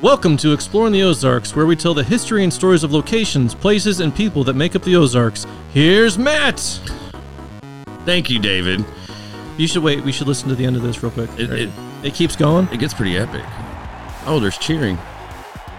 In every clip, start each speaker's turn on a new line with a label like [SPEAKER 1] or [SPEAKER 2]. [SPEAKER 1] Welcome to Exploring the Ozarks, where we tell the history and stories of locations, places, and people that make up the Ozarks. Here's Matt.
[SPEAKER 2] Thank you, David.
[SPEAKER 1] You should wait. We should listen to the end of this real quick.
[SPEAKER 2] It-
[SPEAKER 1] Right.
[SPEAKER 2] it-
[SPEAKER 1] It keeps going.
[SPEAKER 2] It gets pretty epic. Oh, there's cheering.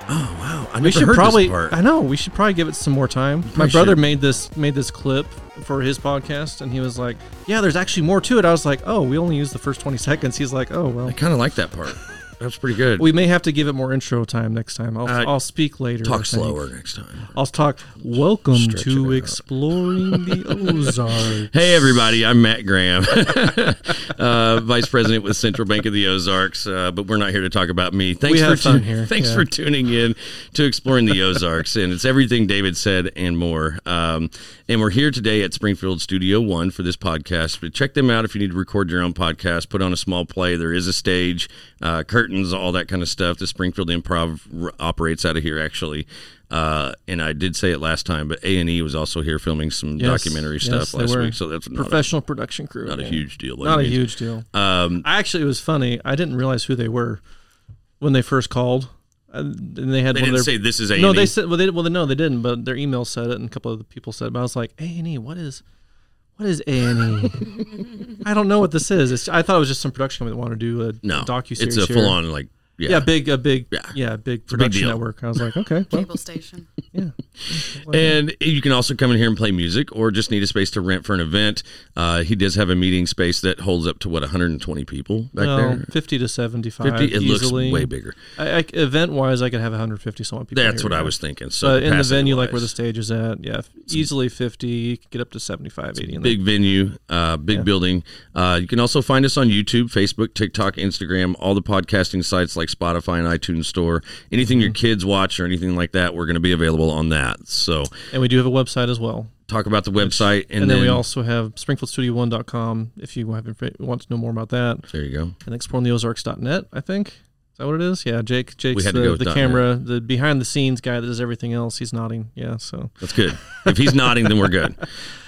[SPEAKER 2] Oh wow! I never
[SPEAKER 1] We should
[SPEAKER 2] heard
[SPEAKER 1] probably.
[SPEAKER 2] this part.
[SPEAKER 1] I know. We should probably give it some more time. My
[SPEAKER 2] probably
[SPEAKER 1] brother
[SPEAKER 2] should.
[SPEAKER 1] made this made this clip for his podcast, and he was like, "Yeah, there's actually more to it." I was like, "Oh, we only used the first 20 seconds." He's like, "Oh well."
[SPEAKER 2] I kind of like that part. That's pretty good.
[SPEAKER 1] We may have to give it more intro time next time. I'll,
[SPEAKER 2] Uh,
[SPEAKER 1] I'll speak later. I
[SPEAKER 2] talk
[SPEAKER 1] think.
[SPEAKER 2] slower next time.
[SPEAKER 1] I'll talk. Welcome
[SPEAKER 2] Stretch it
[SPEAKER 1] to
[SPEAKER 2] out.
[SPEAKER 1] exploring the Ozarks.
[SPEAKER 2] Hey, everybody, I'm Matt Graham, uh, Vice President with Central Bank of the Ozarks, uh, but we're not here to talk about me.
[SPEAKER 1] We
[SPEAKER 2] Thanks, for,
[SPEAKER 1] have fun here,
[SPEAKER 2] thanks
[SPEAKER 1] yeah.
[SPEAKER 2] for tuning in to Exploring the Ozarks, and it's everything David said and more. Um, and we're here today at Springfield Studio One for this podcast, but check them out if you need to record your own podcast, put on a small play. There is a stage, uh, curtains, all that kind of stuff. The Springfield Improv r- operates out of here, actually. Uh, and I did say it last time, but A and E was also here filming some
[SPEAKER 1] Yes,
[SPEAKER 2] documentary
[SPEAKER 1] yes,
[SPEAKER 2] stuff
[SPEAKER 1] they
[SPEAKER 2] last
[SPEAKER 1] were.
[SPEAKER 2] week, so that's not a
[SPEAKER 1] professional production crew.
[SPEAKER 2] not a
[SPEAKER 1] yeah.
[SPEAKER 2] huge deal. by
[SPEAKER 1] Not a
[SPEAKER 2] any means.
[SPEAKER 1] huge deal.
[SPEAKER 2] Um,
[SPEAKER 1] I actually it was funny. I didn't realize who they were when they first called, and and they had
[SPEAKER 2] they
[SPEAKER 1] one
[SPEAKER 2] didn't
[SPEAKER 1] of their.
[SPEAKER 2] say this is a. E.
[SPEAKER 1] no, they said well, they well, no, they didn't. But their email said it, and a couple of the people said. it. But I was like, A and E, what is, what is A and E? I don't know what this is. It's, I thought it was just some production company that wanted to do a
[SPEAKER 2] no
[SPEAKER 1] docu
[SPEAKER 2] It's
[SPEAKER 1] series.
[SPEAKER 2] a full on like yeah.
[SPEAKER 1] yeah, big, a big, yeah,
[SPEAKER 2] Yeah.
[SPEAKER 1] big
[SPEAKER 2] a big
[SPEAKER 1] production
[SPEAKER 2] deal.
[SPEAKER 1] network. I was like, okay, well,
[SPEAKER 3] cable station.
[SPEAKER 1] yeah.
[SPEAKER 2] and you can also come in here and play music, or just need a space to rent for an event. Uh, he does have a meeting space that holds up to what 120 people back
[SPEAKER 1] Well,
[SPEAKER 2] there.
[SPEAKER 1] 50 to 75
[SPEAKER 2] 50, it
[SPEAKER 1] uh, easily.
[SPEAKER 2] looks way bigger.
[SPEAKER 1] I, I, event-wise, I could have 150 somewhat people.
[SPEAKER 2] That's
[SPEAKER 1] here,
[SPEAKER 2] what I
[SPEAKER 1] yeah.
[SPEAKER 2] was thinking. So
[SPEAKER 1] But in the venue, like where the
[SPEAKER 2] capacity-wise,
[SPEAKER 1] stage is at, yeah, f- easily 50, you could get up to 75, 80. in there.
[SPEAKER 2] big venue, uh, big building. Uh, you can also find us on YouTube, Facebook, TikTok, Instagram, all the podcasting sites like Spotify and iTunes Store. Anything
[SPEAKER 1] Mm-hmm.
[SPEAKER 2] your kids watch or anything like that, we're going to be available on that. So
[SPEAKER 1] And we do have a website as well.
[SPEAKER 2] talk about the website, and,
[SPEAKER 1] And, then, we also have springfieldstudio1.com if you have, inf- want to know more about that.
[SPEAKER 2] there you go.
[SPEAKER 1] And exploringtheozarks.net, I think. Is that what it is? Yeah, Jake. Jake's
[SPEAKER 2] had to go
[SPEAKER 1] the,
[SPEAKER 2] with
[SPEAKER 1] the
[SPEAKER 2] dot net.
[SPEAKER 1] camera, the behind the scenes guy that does everything else. He's nodding. Yeah, so.
[SPEAKER 2] That's good. If he's nodding, then we're good.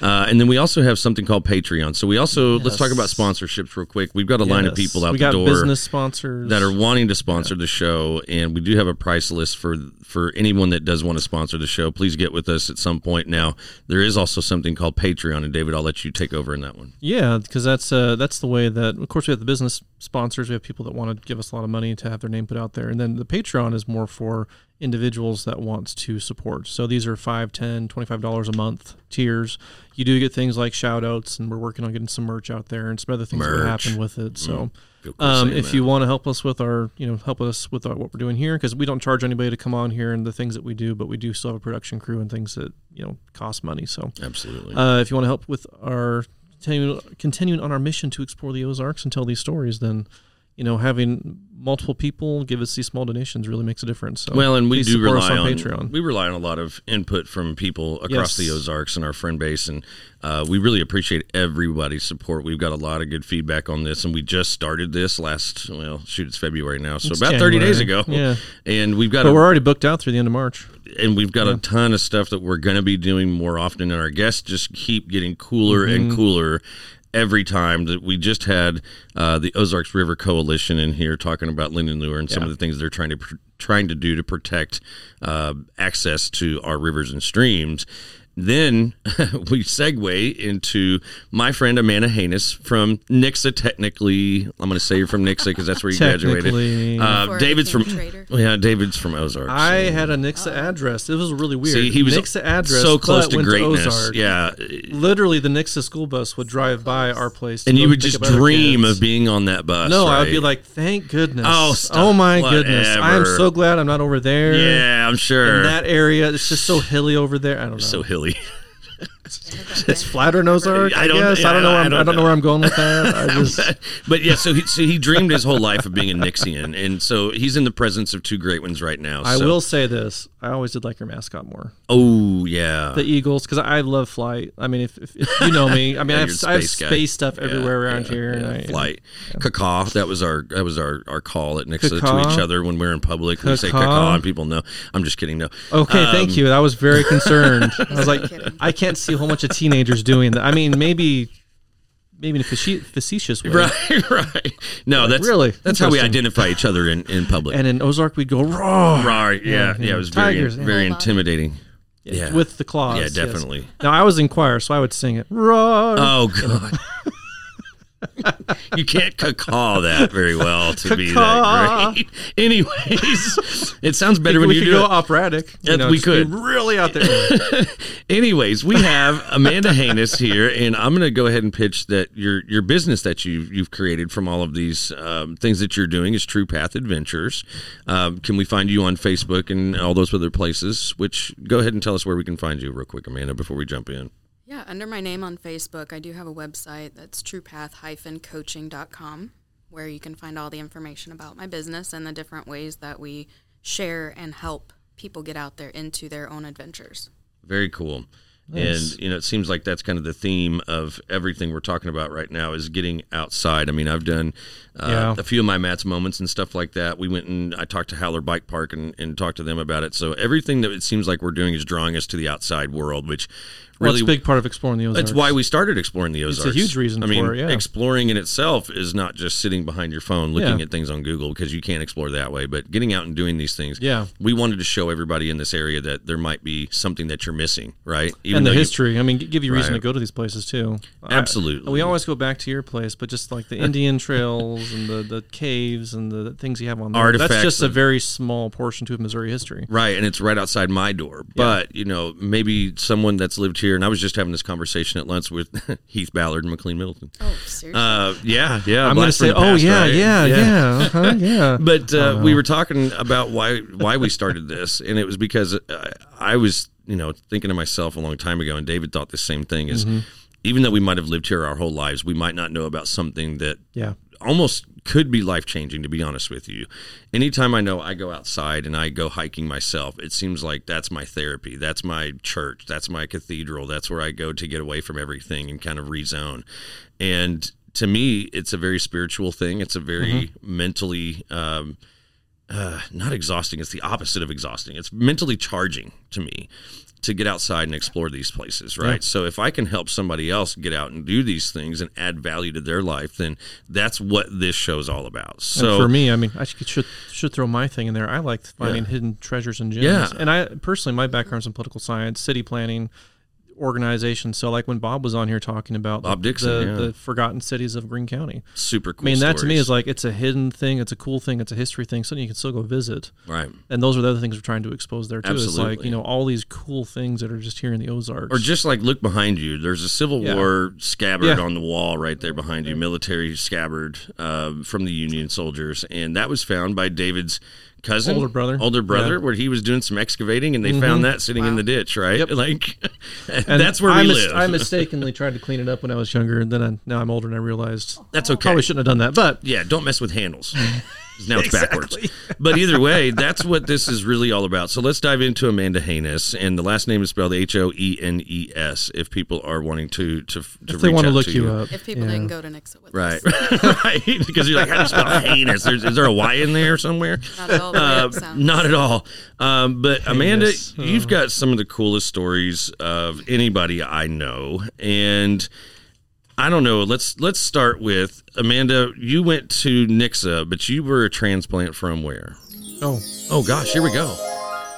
[SPEAKER 2] Uh, and then we also have something called Patreon. So we also let's talk about
[SPEAKER 1] Yes.
[SPEAKER 2] sponsorships real quick. We've got a line of
[SPEAKER 1] Yes.
[SPEAKER 2] people out
[SPEAKER 1] We
[SPEAKER 2] the
[SPEAKER 1] got
[SPEAKER 2] door
[SPEAKER 1] business sponsors.
[SPEAKER 2] that are wanting to sponsor the show, and we do have a price list for for anyone that does want to sponsor the show. Please get with us at some point. Now there is also something called Patreon, and David, I'll let you take over in that one.
[SPEAKER 1] Yeah, because that's uh, that's the way that. Of course, we have the business sponsors. We have people that want to give us a lot of money to have their name put out there, and then the Patreon is more for individuals that wants to support. So these are five, ten, twenty-five dollars a month tiers. You do get things like shout outs, and we're working on getting some merch out there and some other things that will
[SPEAKER 2] Merch. Mm.
[SPEAKER 1] happen with it. So.
[SPEAKER 2] Feel cool
[SPEAKER 1] Um,
[SPEAKER 2] saying
[SPEAKER 1] if
[SPEAKER 2] that.
[SPEAKER 1] you want to help us with our, you know, help us with our, what we're doing here, because we don't charge anybody to come on here and the things that we do, but we do still have a production crew and things that you know cost money. So
[SPEAKER 2] absolutely.
[SPEAKER 1] uh, if you want to help with our continu- continuing on our mission to explore the Ozarks and tell these stories, then you know having multiple people give us these small donations really makes a difference. So
[SPEAKER 2] Well, and we
[SPEAKER 1] please
[SPEAKER 2] do
[SPEAKER 1] support
[SPEAKER 2] rely
[SPEAKER 1] us on,
[SPEAKER 2] on,
[SPEAKER 1] Patreon.
[SPEAKER 2] we rely on a lot of input from people
[SPEAKER 1] Yes.
[SPEAKER 2] across the Ozarks and our friend base, and uh, we really appreciate everybody's support. We've got a lot of good feedback on this, and we just started this last well, shoot, it's February now, so
[SPEAKER 1] It's
[SPEAKER 2] about thirty days ago.
[SPEAKER 1] January, yeah.
[SPEAKER 2] and we've got
[SPEAKER 1] but
[SPEAKER 2] a,
[SPEAKER 1] we're already booked out through the end of March.
[SPEAKER 2] and we've got a ton of stuff that we're going to be doing more often, and our guests just keep getting cooler and cooler every time. That we just had uh, the Ozarks River Coalition in here talking about Linden Lure and some of the things they're trying to pr- trying to do to protect uh, access to our rivers and streams. Then we segue into my friend Amanda Haynes from Nixa. Technically, I'm going to say you're from Nixa because that's where you
[SPEAKER 1] Technically.
[SPEAKER 2] graduated. Uh,
[SPEAKER 3] Before I
[SPEAKER 2] David's from
[SPEAKER 3] became a trader.
[SPEAKER 2] yeah, David's from Ozarks.
[SPEAKER 1] I had a Nixa address. It was really weird.
[SPEAKER 2] See, he was
[SPEAKER 1] Nixa address,
[SPEAKER 2] so close
[SPEAKER 1] but
[SPEAKER 2] to
[SPEAKER 1] went
[SPEAKER 2] greatness.
[SPEAKER 1] Ozark.
[SPEAKER 2] Yeah,
[SPEAKER 1] Literally, the Nixa school bus would drive by our place, to
[SPEAKER 2] and
[SPEAKER 1] go
[SPEAKER 2] you would
[SPEAKER 1] pick
[SPEAKER 2] just
[SPEAKER 1] up other
[SPEAKER 2] dream
[SPEAKER 1] kids.
[SPEAKER 2] of being on that bus.
[SPEAKER 1] No, I would
[SPEAKER 2] right?
[SPEAKER 1] be like, thank goodness.
[SPEAKER 2] Oh, stop.
[SPEAKER 1] oh my goodness! I am
[SPEAKER 2] Whatever.
[SPEAKER 1] so glad I'm not over there.
[SPEAKER 2] yeah, I'm sure.
[SPEAKER 1] in that area. It's just so hilly over there. I don't know.
[SPEAKER 2] so hilly.
[SPEAKER 1] it's flatter nose arc. I,
[SPEAKER 2] I don't-
[SPEAKER 1] guess.
[SPEAKER 2] yeah,
[SPEAKER 1] I don't know. where I'm- I don't, know. where I'm going with that. I just
[SPEAKER 2] but yeah, so he, so he dreamed his whole life of being a Nixian, and so he's in the presence of two great ones right now.
[SPEAKER 1] I
[SPEAKER 2] so-
[SPEAKER 1] will say this. I always did like your mascot more.
[SPEAKER 2] Oh yeah,
[SPEAKER 1] The Eagles, because I love flight. I mean, if, if, if you know me, I mean, I have,
[SPEAKER 2] you're a
[SPEAKER 1] I have
[SPEAKER 2] space guy.
[SPEAKER 1] space stuff everywhere
[SPEAKER 2] Yeah,
[SPEAKER 1] around
[SPEAKER 2] yeah,
[SPEAKER 1] here.
[SPEAKER 2] yeah,
[SPEAKER 1] and I-
[SPEAKER 2] flight. Cacaw. That was our that was our, our call at Nixa to
[SPEAKER 1] Cacaw.
[SPEAKER 2] each other when we were in public. We say
[SPEAKER 1] Cacaw.
[SPEAKER 2] cacaw and people know. I'm just kidding. No. Uh,
[SPEAKER 1] Okay,
[SPEAKER 2] Um,
[SPEAKER 1] thank you. I was very concerned. I was like,
[SPEAKER 3] kidding.
[SPEAKER 1] I can't see a whole bunch of teenagers doing that. I mean, maybe maybe in a faci- facetious way.
[SPEAKER 2] Right, right. No, that's
[SPEAKER 1] Really?
[SPEAKER 2] that's how we
[SPEAKER 1] Interesting.
[SPEAKER 2] identify each other in, in public.
[SPEAKER 1] And in Ozark, we'd go raw.
[SPEAKER 2] Right, yeah, yeah,
[SPEAKER 1] yeah.
[SPEAKER 2] It was very
[SPEAKER 1] Tigers, yeah.
[SPEAKER 2] very intimidating. Yeah.
[SPEAKER 1] with the claws.
[SPEAKER 2] Yeah,
[SPEAKER 1] yes.
[SPEAKER 2] definitely.
[SPEAKER 1] Now I was in choir, so I would sing it. Roar.
[SPEAKER 2] Oh god. you can't caw that very well to be
[SPEAKER 1] Caw.
[SPEAKER 2] that great. Anyways, it sounds better when
[SPEAKER 1] we
[SPEAKER 2] you
[SPEAKER 1] could
[SPEAKER 2] do
[SPEAKER 1] go
[SPEAKER 2] it.
[SPEAKER 1] operatic. you
[SPEAKER 2] Yeah, we
[SPEAKER 1] just be
[SPEAKER 2] could.
[SPEAKER 1] really out there.
[SPEAKER 2] Anyways, we have Amanda Haynes here, and I'm going to go ahead and pitch that your your business that you've you've created from all of these um, things that you're doing is True Path Adventures. Um, can we find you on Facebook and all those other places? Which go ahead and tell us where we can find you, real quick, Amanda, before we jump in.
[SPEAKER 3] Yeah, under my name on Facebook, I do have a website that's truepath-coaching.com where you can find all the information about my business and the different ways that we share and help people get out there into their own adventures.
[SPEAKER 2] Very cool.
[SPEAKER 1] Nice.
[SPEAKER 2] And you know, it seems like that's kind of the theme of everything we're talking about right now is getting outside. I mean, I've done uh,
[SPEAKER 1] Yeah.
[SPEAKER 2] a few of my Matt's moments and stuff like that. We went and I talked to Howler Bike Park and, and talked to them about it. So everything that it seems like we're doing is drawing us to the outside world, which
[SPEAKER 1] Well,
[SPEAKER 2] really
[SPEAKER 1] it's a big part of exploring the Ozarks.
[SPEAKER 2] that's why we started exploring the
[SPEAKER 1] a
[SPEAKER 2] Ozarks.
[SPEAKER 1] huge reason
[SPEAKER 2] I mean,
[SPEAKER 1] for it, yeah.
[SPEAKER 2] exploring in itself is not just sitting behind your phone looking
[SPEAKER 1] Yeah.
[SPEAKER 2] at things on Google because you can't explore that way. But getting out and doing these things,
[SPEAKER 1] Yeah.
[SPEAKER 2] we wanted to show everybody in this area that there might be something that you're missing, right? Even
[SPEAKER 1] and the
[SPEAKER 2] though you-
[SPEAKER 1] history. I mean, g- give you reason
[SPEAKER 2] Right.
[SPEAKER 1] to go to these places too. I-
[SPEAKER 2] Absolutely.
[SPEAKER 1] we always go back to your place, but just like the Indian trails and the, the caves and the, the things you have on there.
[SPEAKER 2] Artifacts
[SPEAKER 1] That's just a
[SPEAKER 2] and-
[SPEAKER 1] very small portion to Missouri history.
[SPEAKER 2] Right, and it's right outside my door. But you know, maybe someone that's lived here, and I was just having this conversation at lunch with Heath Ballard and McLean Middleton.
[SPEAKER 3] Oh, seriously?
[SPEAKER 2] Uh, yeah, yeah.
[SPEAKER 1] I'm going to
[SPEAKER 2] blast from
[SPEAKER 1] say,
[SPEAKER 2] the
[SPEAKER 1] oh,
[SPEAKER 2] past,
[SPEAKER 1] yeah,
[SPEAKER 2] right?
[SPEAKER 1] yeah, yeah, uh-huh, yeah.
[SPEAKER 2] But uh, we were talking about why why we started this, and it was because uh, I was you know thinking to myself a long time ago, and David thought the same thing is. Even though we might have lived here our whole lives, we might not know about something that
[SPEAKER 1] yeah.
[SPEAKER 2] almost could be life changing to be honest with you. Anytime I know I go outside and I go hiking myself, it seems like that's my therapy. That's my church. That's my cathedral. That's where I go to get away from everything and kind of rezone. And to me, it's a very spiritual thing. It's a very mentally um, uh, not exhausting. It's the opposite of exhausting. It's mentally charging to me to get outside and explore these places, right? So if I can help somebody else get out and do these things and add value to their life, then that's what this show's all about.
[SPEAKER 1] And
[SPEAKER 2] So
[SPEAKER 1] for me, I mean, I should, should should throw my thing in there. I like finding hidden treasures and gems.
[SPEAKER 2] Yeah.
[SPEAKER 1] And I personally, my background's in political science, city planning, organization. So, like when Bob was on here talking about
[SPEAKER 2] Bob
[SPEAKER 1] the,
[SPEAKER 2] Dixon,
[SPEAKER 1] the,
[SPEAKER 2] yeah.
[SPEAKER 1] the forgotten cities of Greene County.
[SPEAKER 2] super cool.
[SPEAKER 1] I mean, that to me
[SPEAKER 2] stories.
[SPEAKER 1] is like it's a hidden thing, it's a cool thing, it's a history thing, something you can still go visit.
[SPEAKER 2] right.
[SPEAKER 1] And those are the other things we're trying to expose there too. It's like
[SPEAKER 2] Absolutely.
[SPEAKER 1] you know all these cool things that are just here in the Ozarks.
[SPEAKER 2] Or just like look behind you. There's a Civil
[SPEAKER 1] Yeah.
[SPEAKER 2] War scabbard
[SPEAKER 1] Yeah.
[SPEAKER 2] on the wall right there behind you, military scabbard um, from the Union soldiers, and that was found by David's cousin,
[SPEAKER 1] Older brother.
[SPEAKER 2] older brother,
[SPEAKER 1] Yeah. Mm-hmm.
[SPEAKER 2] where he was doing some excavating, and they found that sitting in the ditch, right? Like
[SPEAKER 1] And
[SPEAKER 2] that's where
[SPEAKER 1] I
[SPEAKER 2] we
[SPEAKER 1] mis-
[SPEAKER 2] live.
[SPEAKER 1] I mistakenly tried to clean it up when I was younger, and then I, now I'm older and I realized
[SPEAKER 2] that's okay.
[SPEAKER 1] probably shouldn't have done that. But
[SPEAKER 2] yeah, don't mess with handles. 'Cause Now it's backwards. But either way, that's what this is really all about. So let's dive into Amanda Haynes, and the last name is spelled H O E N E S. If people are wanting to to to
[SPEAKER 1] if they
[SPEAKER 2] reach
[SPEAKER 1] want to
[SPEAKER 2] out
[SPEAKER 1] look
[SPEAKER 2] to
[SPEAKER 1] you, up,
[SPEAKER 3] if people
[SPEAKER 1] yeah.
[SPEAKER 3] didn't go to Nixit with
[SPEAKER 2] right?
[SPEAKER 3] us,
[SPEAKER 2] right? Because you're like, how do you spell Haynes? There's, is there a Y in there somewhere?
[SPEAKER 3] not at all the way
[SPEAKER 2] Uh,
[SPEAKER 3] it sounds.
[SPEAKER 2] not at all. Um, but Amanda,
[SPEAKER 1] Heinous. Uh-huh.
[SPEAKER 2] you've got some of the coolest stories of anybody I know, and I don't know. Let's let's start with Amanda. You went to Nixa, but you were a transplant from where?
[SPEAKER 1] Oh,
[SPEAKER 2] Oh gosh, here we go.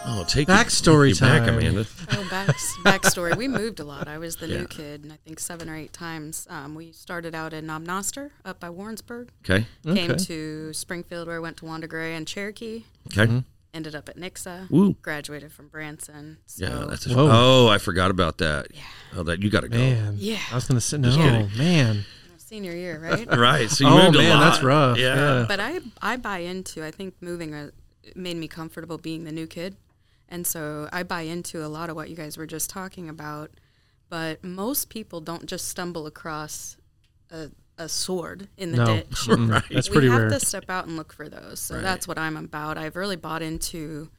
[SPEAKER 2] Oh, take your-
[SPEAKER 1] Backstory
[SPEAKER 2] take your back,
[SPEAKER 1] time.
[SPEAKER 2] Amanda.
[SPEAKER 3] Oh, back, backstory. We moved a lot. I was the new kid, and I think seven or eight times. Um, we started out in Knobnoster up by Warrensburg,
[SPEAKER 2] Okay,
[SPEAKER 3] came
[SPEAKER 1] Okay.
[SPEAKER 3] to Springfield, where I went to Wanda Gray and Cherokee,
[SPEAKER 2] okay.
[SPEAKER 1] Mm-hmm.
[SPEAKER 3] ended up at Nixa,
[SPEAKER 2] Woo.
[SPEAKER 3] graduated from Branson. So,
[SPEAKER 2] Yeah, that's a,
[SPEAKER 1] Whoa.
[SPEAKER 2] oh, I forgot about that. Oh, that you got to go.
[SPEAKER 1] man,
[SPEAKER 3] Yeah.
[SPEAKER 1] I was gonna say no,
[SPEAKER 2] kidding.
[SPEAKER 1] man.
[SPEAKER 3] senior year, right?
[SPEAKER 2] Right. So you
[SPEAKER 1] Oh
[SPEAKER 2] moved a
[SPEAKER 1] man,
[SPEAKER 2] lot.
[SPEAKER 1] that's rough.
[SPEAKER 2] Yeah.
[SPEAKER 3] but I I buy into I think moving uh made me comfortable being the new kid, and so I buy into a lot of what you guys were just talking about. But most people don't just stumble across a, a sword in the
[SPEAKER 1] No.
[SPEAKER 3] ditch.
[SPEAKER 1] Right. That's
[SPEAKER 3] we
[SPEAKER 1] pretty
[SPEAKER 3] have
[SPEAKER 1] rare.
[SPEAKER 3] to step out and look for those. So that's what I'm about. I've really bought into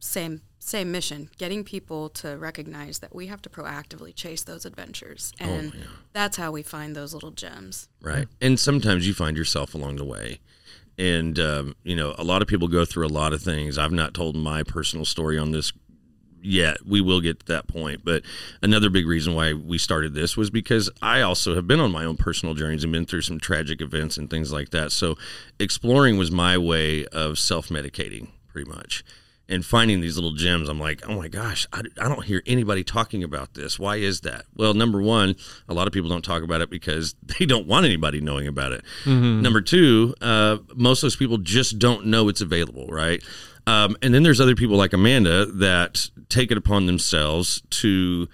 [SPEAKER 3] same same mission, getting people to recognize that we have to proactively chase those adventures,
[SPEAKER 2] Oh,
[SPEAKER 3] and that's how we find those little gems.
[SPEAKER 2] Right. And sometimes you find yourself along the way. And, um, you know, a lot of people go through a lot of things. I've not told my personal story on this yet. We will get to that point. But another big reason why we started this was because I also have been on my own personal journeys and been through some tragic events and things like that. So exploring was my way of self medicating pretty much. And finding these little gems, I'm like, oh my gosh, I, I don't hear anybody talking about this. Why is that? Well, number one, a lot of people don't talk about it because they don't want anybody knowing about it. Number two, uh, most of those people just don't know it's available, right? Um, and then there's other people like Amanda that take it upon themselves to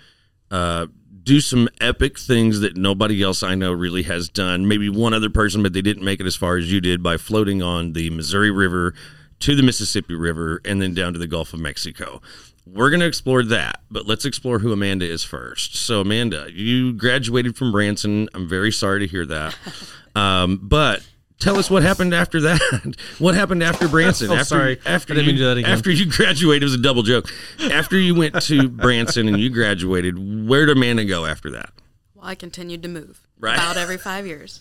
[SPEAKER 2] uh, do some epic things that nobody else I know really has done. Maybe one other person, but they didn't make it as far as you did by floating on the Missouri River to the Mississippi River and then down to the Gulf of Mexico. We're going to explore that, but let's explore who Amanda is first. So, Amanda, you graduated from Branson. I'm very sorry to hear that. Um, but tell us what happened after that. what happened after Branson?
[SPEAKER 1] Oh,
[SPEAKER 2] after,
[SPEAKER 1] sorry.
[SPEAKER 2] After
[SPEAKER 1] I didn't mean
[SPEAKER 2] you-
[SPEAKER 1] to do that again.
[SPEAKER 2] After you graduated, it was a double joke. After you went to Branson and you graduated, where did Amanda go after that?
[SPEAKER 3] Well, I continued to move
[SPEAKER 2] Right.
[SPEAKER 3] about every five years.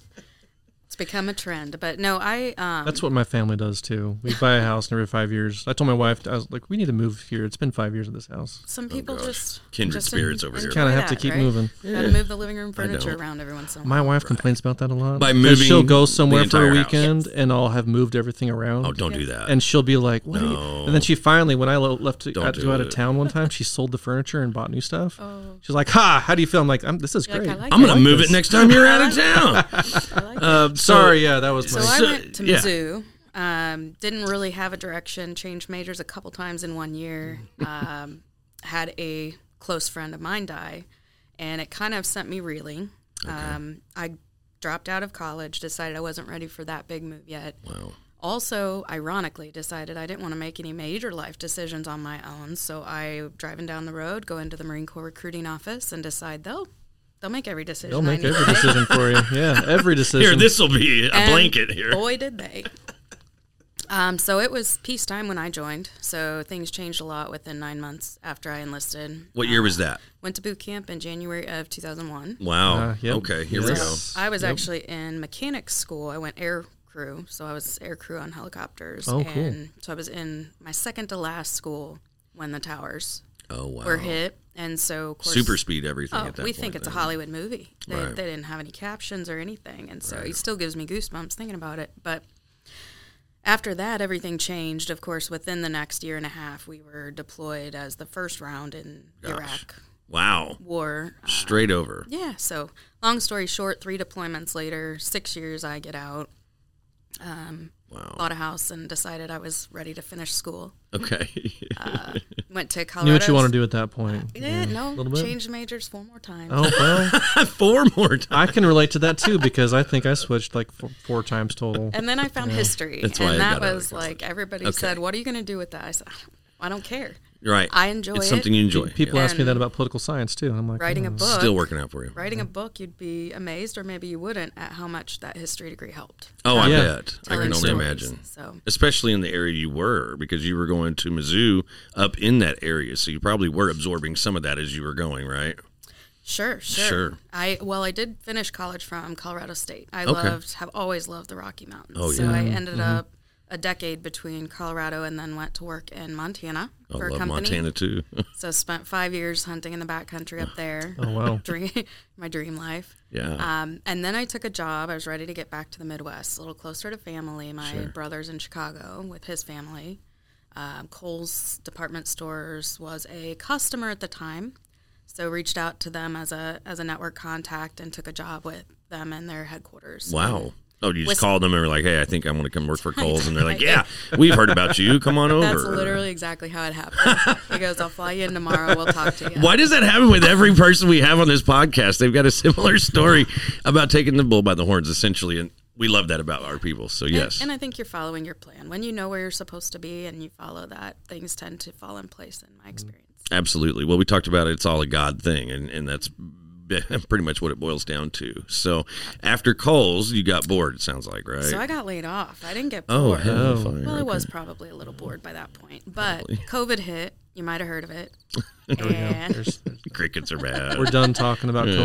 [SPEAKER 3] It's become a trend, but no, I um,
[SPEAKER 1] That's what my family does too. We buy a house and every five years. I told my wife, I was like, we need to move here. It's been five years at this house.
[SPEAKER 3] some people just
[SPEAKER 2] Oh, Kindred
[SPEAKER 3] just
[SPEAKER 2] spirits over here.
[SPEAKER 3] enjoy
[SPEAKER 1] Kinda have to
[SPEAKER 3] that,
[SPEAKER 1] keep
[SPEAKER 3] right?
[SPEAKER 1] moving.
[SPEAKER 3] Gotta move the living room
[SPEAKER 2] I
[SPEAKER 3] furniture
[SPEAKER 2] don't.
[SPEAKER 3] around every once in a while.
[SPEAKER 1] My wife complains about that a lot.
[SPEAKER 2] By
[SPEAKER 1] 'Cause
[SPEAKER 2] moving
[SPEAKER 1] she'll
[SPEAKER 2] the
[SPEAKER 1] go somewhere for
[SPEAKER 2] entire
[SPEAKER 1] a
[SPEAKER 2] house.
[SPEAKER 1] weekend, and I'll have moved everything around.
[SPEAKER 2] Oh, don't do that.
[SPEAKER 1] and she'll be like, "What?" are you-" And then she finally, when I lo- left to,
[SPEAKER 2] Don't
[SPEAKER 1] out, to
[SPEAKER 2] do
[SPEAKER 1] go out of
[SPEAKER 2] it.
[SPEAKER 1] town one time, she sold the furniture and bought new stuff. She's like, "Ha! How do you feel?" I'm like, I'm, "This is
[SPEAKER 3] Oh. You're like,
[SPEAKER 1] great."
[SPEAKER 3] "I like
[SPEAKER 2] I'm going to move
[SPEAKER 1] this.
[SPEAKER 2] it next time you're out of town.
[SPEAKER 3] I like it.
[SPEAKER 2] Uh,
[SPEAKER 1] Sorry, yeah, that was
[SPEAKER 3] So
[SPEAKER 1] my.
[SPEAKER 3] I
[SPEAKER 2] So,
[SPEAKER 3] went to
[SPEAKER 2] yeah.
[SPEAKER 3] Mizzou. Um, didn't really have a direction. Changed majors a couple times in one year.
[SPEAKER 1] Mm.
[SPEAKER 3] Um, had a close friend of mine die, and it kind of sent me reeling. Um, I dropped out of college. Decided I wasn't ready for that big move yet.
[SPEAKER 2] Wow.
[SPEAKER 3] Also, ironically, decided I didn't want to make any major life decisions on my own. So I driving down the road, go into the Marine Corps recruiting office, and decide they'll they'll make every decision.
[SPEAKER 1] They'll
[SPEAKER 3] I
[SPEAKER 1] make
[SPEAKER 3] need to
[SPEAKER 1] every decision for you. Yeah, every decision.
[SPEAKER 2] Here, this will be a
[SPEAKER 3] and oh,
[SPEAKER 2] blanket here.
[SPEAKER 3] Boy, did they. Um, so it was peacetime when I joined. So things changed a lot within nine months after I enlisted.
[SPEAKER 2] What year was that?
[SPEAKER 3] Went to boot camp in January of 2001.
[SPEAKER 2] Wow.
[SPEAKER 1] Uh, yep.
[SPEAKER 2] Okay, here
[SPEAKER 1] Yes.
[SPEAKER 3] I was actually in mechanics school. I went air crew. So I was air crew on helicopters.
[SPEAKER 1] Oh, cool.
[SPEAKER 3] and So I was in my second to last school when the towers
[SPEAKER 2] we go. Oh, wow.
[SPEAKER 3] were hit. And so, of course,
[SPEAKER 2] Super speed everything
[SPEAKER 3] Oh,
[SPEAKER 2] at that
[SPEAKER 3] we
[SPEAKER 2] point.
[SPEAKER 3] think it's a
[SPEAKER 2] then.
[SPEAKER 3] Hollywood movie. They,
[SPEAKER 2] Right.
[SPEAKER 3] they didn't have any captions or anything, and so it still gives me goosebumps thinking about it. But after that, everything changed. Of course, within the next year and a half, we were deployed as the first round in the
[SPEAKER 2] Gosh.
[SPEAKER 3] Iraq
[SPEAKER 2] Wow.
[SPEAKER 3] War. Uh,
[SPEAKER 2] Straight over.
[SPEAKER 3] yeah. So, long story short, three deployments later, six years, I get out,
[SPEAKER 1] Oh.
[SPEAKER 2] Wow.
[SPEAKER 3] bought a house, and decided I was ready to finish school.
[SPEAKER 2] Okay.
[SPEAKER 3] Went to Colorado.
[SPEAKER 1] knew what you want to do at that point.
[SPEAKER 3] Yeah, no,
[SPEAKER 1] little bit.
[SPEAKER 3] changed majors four more times.
[SPEAKER 1] Oh well,
[SPEAKER 2] Four more times.
[SPEAKER 1] I can relate to that too because I think I switched like four, four times total.
[SPEAKER 3] And then I found history,
[SPEAKER 2] That's why I
[SPEAKER 3] and that
[SPEAKER 2] got out of
[SPEAKER 3] was
[SPEAKER 2] college.
[SPEAKER 3] like everybody
[SPEAKER 2] Okay.
[SPEAKER 3] said, "What are you going to do with that?" I said, "I don't- "I don't care."
[SPEAKER 2] Right.
[SPEAKER 3] I enjoy
[SPEAKER 2] It's
[SPEAKER 3] it.
[SPEAKER 2] something you enjoy.
[SPEAKER 1] People
[SPEAKER 2] Yeah.
[SPEAKER 1] ask me that about political science too. I'm like,
[SPEAKER 3] Writing a
[SPEAKER 1] "Oh,
[SPEAKER 3] book,
[SPEAKER 2] Still working out for you.
[SPEAKER 3] writing a book, you'd be amazed, or maybe you wouldn't, at how much that history degree helped.
[SPEAKER 2] Oh, I
[SPEAKER 1] Yeah.
[SPEAKER 2] bet. I
[SPEAKER 3] telling
[SPEAKER 2] can only
[SPEAKER 3] stories.
[SPEAKER 2] imagine.
[SPEAKER 3] So
[SPEAKER 2] Especially in the area you were, because you were going to Mizzou up in that area. So you probably were absorbing some of that as you were going, right?
[SPEAKER 3] sure, sure,
[SPEAKER 2] Sure.
[SPEAKER 3] I well, I did finish college from Colorado State. I
[SPEAKER 2] Okay.
[SPEAKER 3] loved, have always loved the Rocky Mountains.
[SPEAKER 2] Oh,
[SPEAKER 3] so
[SPEAKER 2] yeah.
[SPEAKER 3] I ended up a decade between Colorado and then went to work in Montana
[SPEAKER 2] I
[SPEAKER 3] for a
[SPEAKER 2] love
[SPEAKER 3] company.
[SPEAKER 2] Montana too.
[SPEAKER 3] So spent five years hunting in the backcountry up there.
[SPEAKER 1] Oh wow,
[SPEAKER 3] dream, my dream life.
[SPEAKER 2] yeah.
[SPEAKER 3] Um, and then I took a job. I was ready to get back to the Midwest, a little closer to family. My brother's in Chicago with his family. Um, Kohl's Department Stores was a customer at the time, so reached out to them as a as a network contact and took a job with them in their headquarters.
[SPEAKER 2] wow. Oh, you just
[SPEAKER 3] Wis-
[SPEAKER 2] called them and were like, "Hey, I think I'm going to come work for Coles," and they're like, "Yeah, we've heard about you. Come on over."
[SPEAKER 3] That's literally exactly how it happened. he goes, "I'll fly you in tomorrow. We'll talk to you."
[SPEAKER 2] Why does that happen with every person we have on this podcast? They've got a similar story about taking the bull by the horns, essentially, and we love that about our people. So
[SPEAKER 3] And-
[SPEAKER 2] yes,
[SPEAKER 3] And I think you're following your plan. When you know where you're supposed to be and you follow that, things tend to fall in place in my experience.
[SPEAKER 2] absolutely. Well, we talked about it, it's all a God thing, and and that's b- pretty much what it boils down to. So after Coles, you got bored. It sounds like right.
[SPEAKER 3] So I got laid off. I didn't get
[SPEAKER 2] oh,
[SPEAKER 3] bored.
[SPEAKER 2] hell fire.
[SPEAKER 3] well, I was probably a little bored by that point. But COVID hit. You might have heard of it. and
[SPEAKER 1] There's-
[SPEAKER 2] crickets are bad.
[SPEAKER 1] we're done talking about COVID.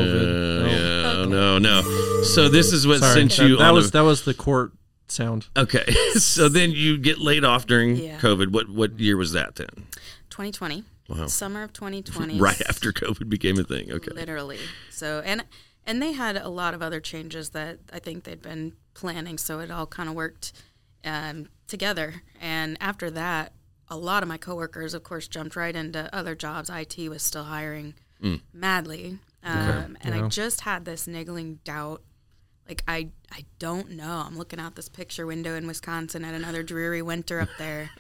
[SPEAKER 1] No.
[SPEAKER 2] Uh, yeah, no, no. So this is what
[SPEAKER 1] Sorry.
[SPEAKER 2] sent
[SPEAKER 1] that,
[SPEAKER 2] you
[SPEAKER 1] that
[SPEAKER 2] on
[SPEAKER 1] was
[SPEAKER 2] a-
[SPEAKER 1] that was the court sound.
[SPEAKER 2] okay. So then you get laid off during
[SPEAKER 3] Yeah.
[SPEAKER 2] COVID. What what year was that then?
[SPEAKER 3] 2020.
[SPEAKER 2] Wow.
[SPEAKER 3] Summer of 2020.
[SPEAKER 2] Right after COVID became a thing. Okay.
[SPEAKER 3] Literally. So and and they had a lot of other changes that I think they'd been planning, so it all kind of worked um, together. And after that, a lot of my coworkers, of course, jumped right into other jobs. IT was still hiring madly, um, and I just had this niggling doubt. Like I, I don't know. I'm looking out this picture window in Wisconsin at another dreary winter up there.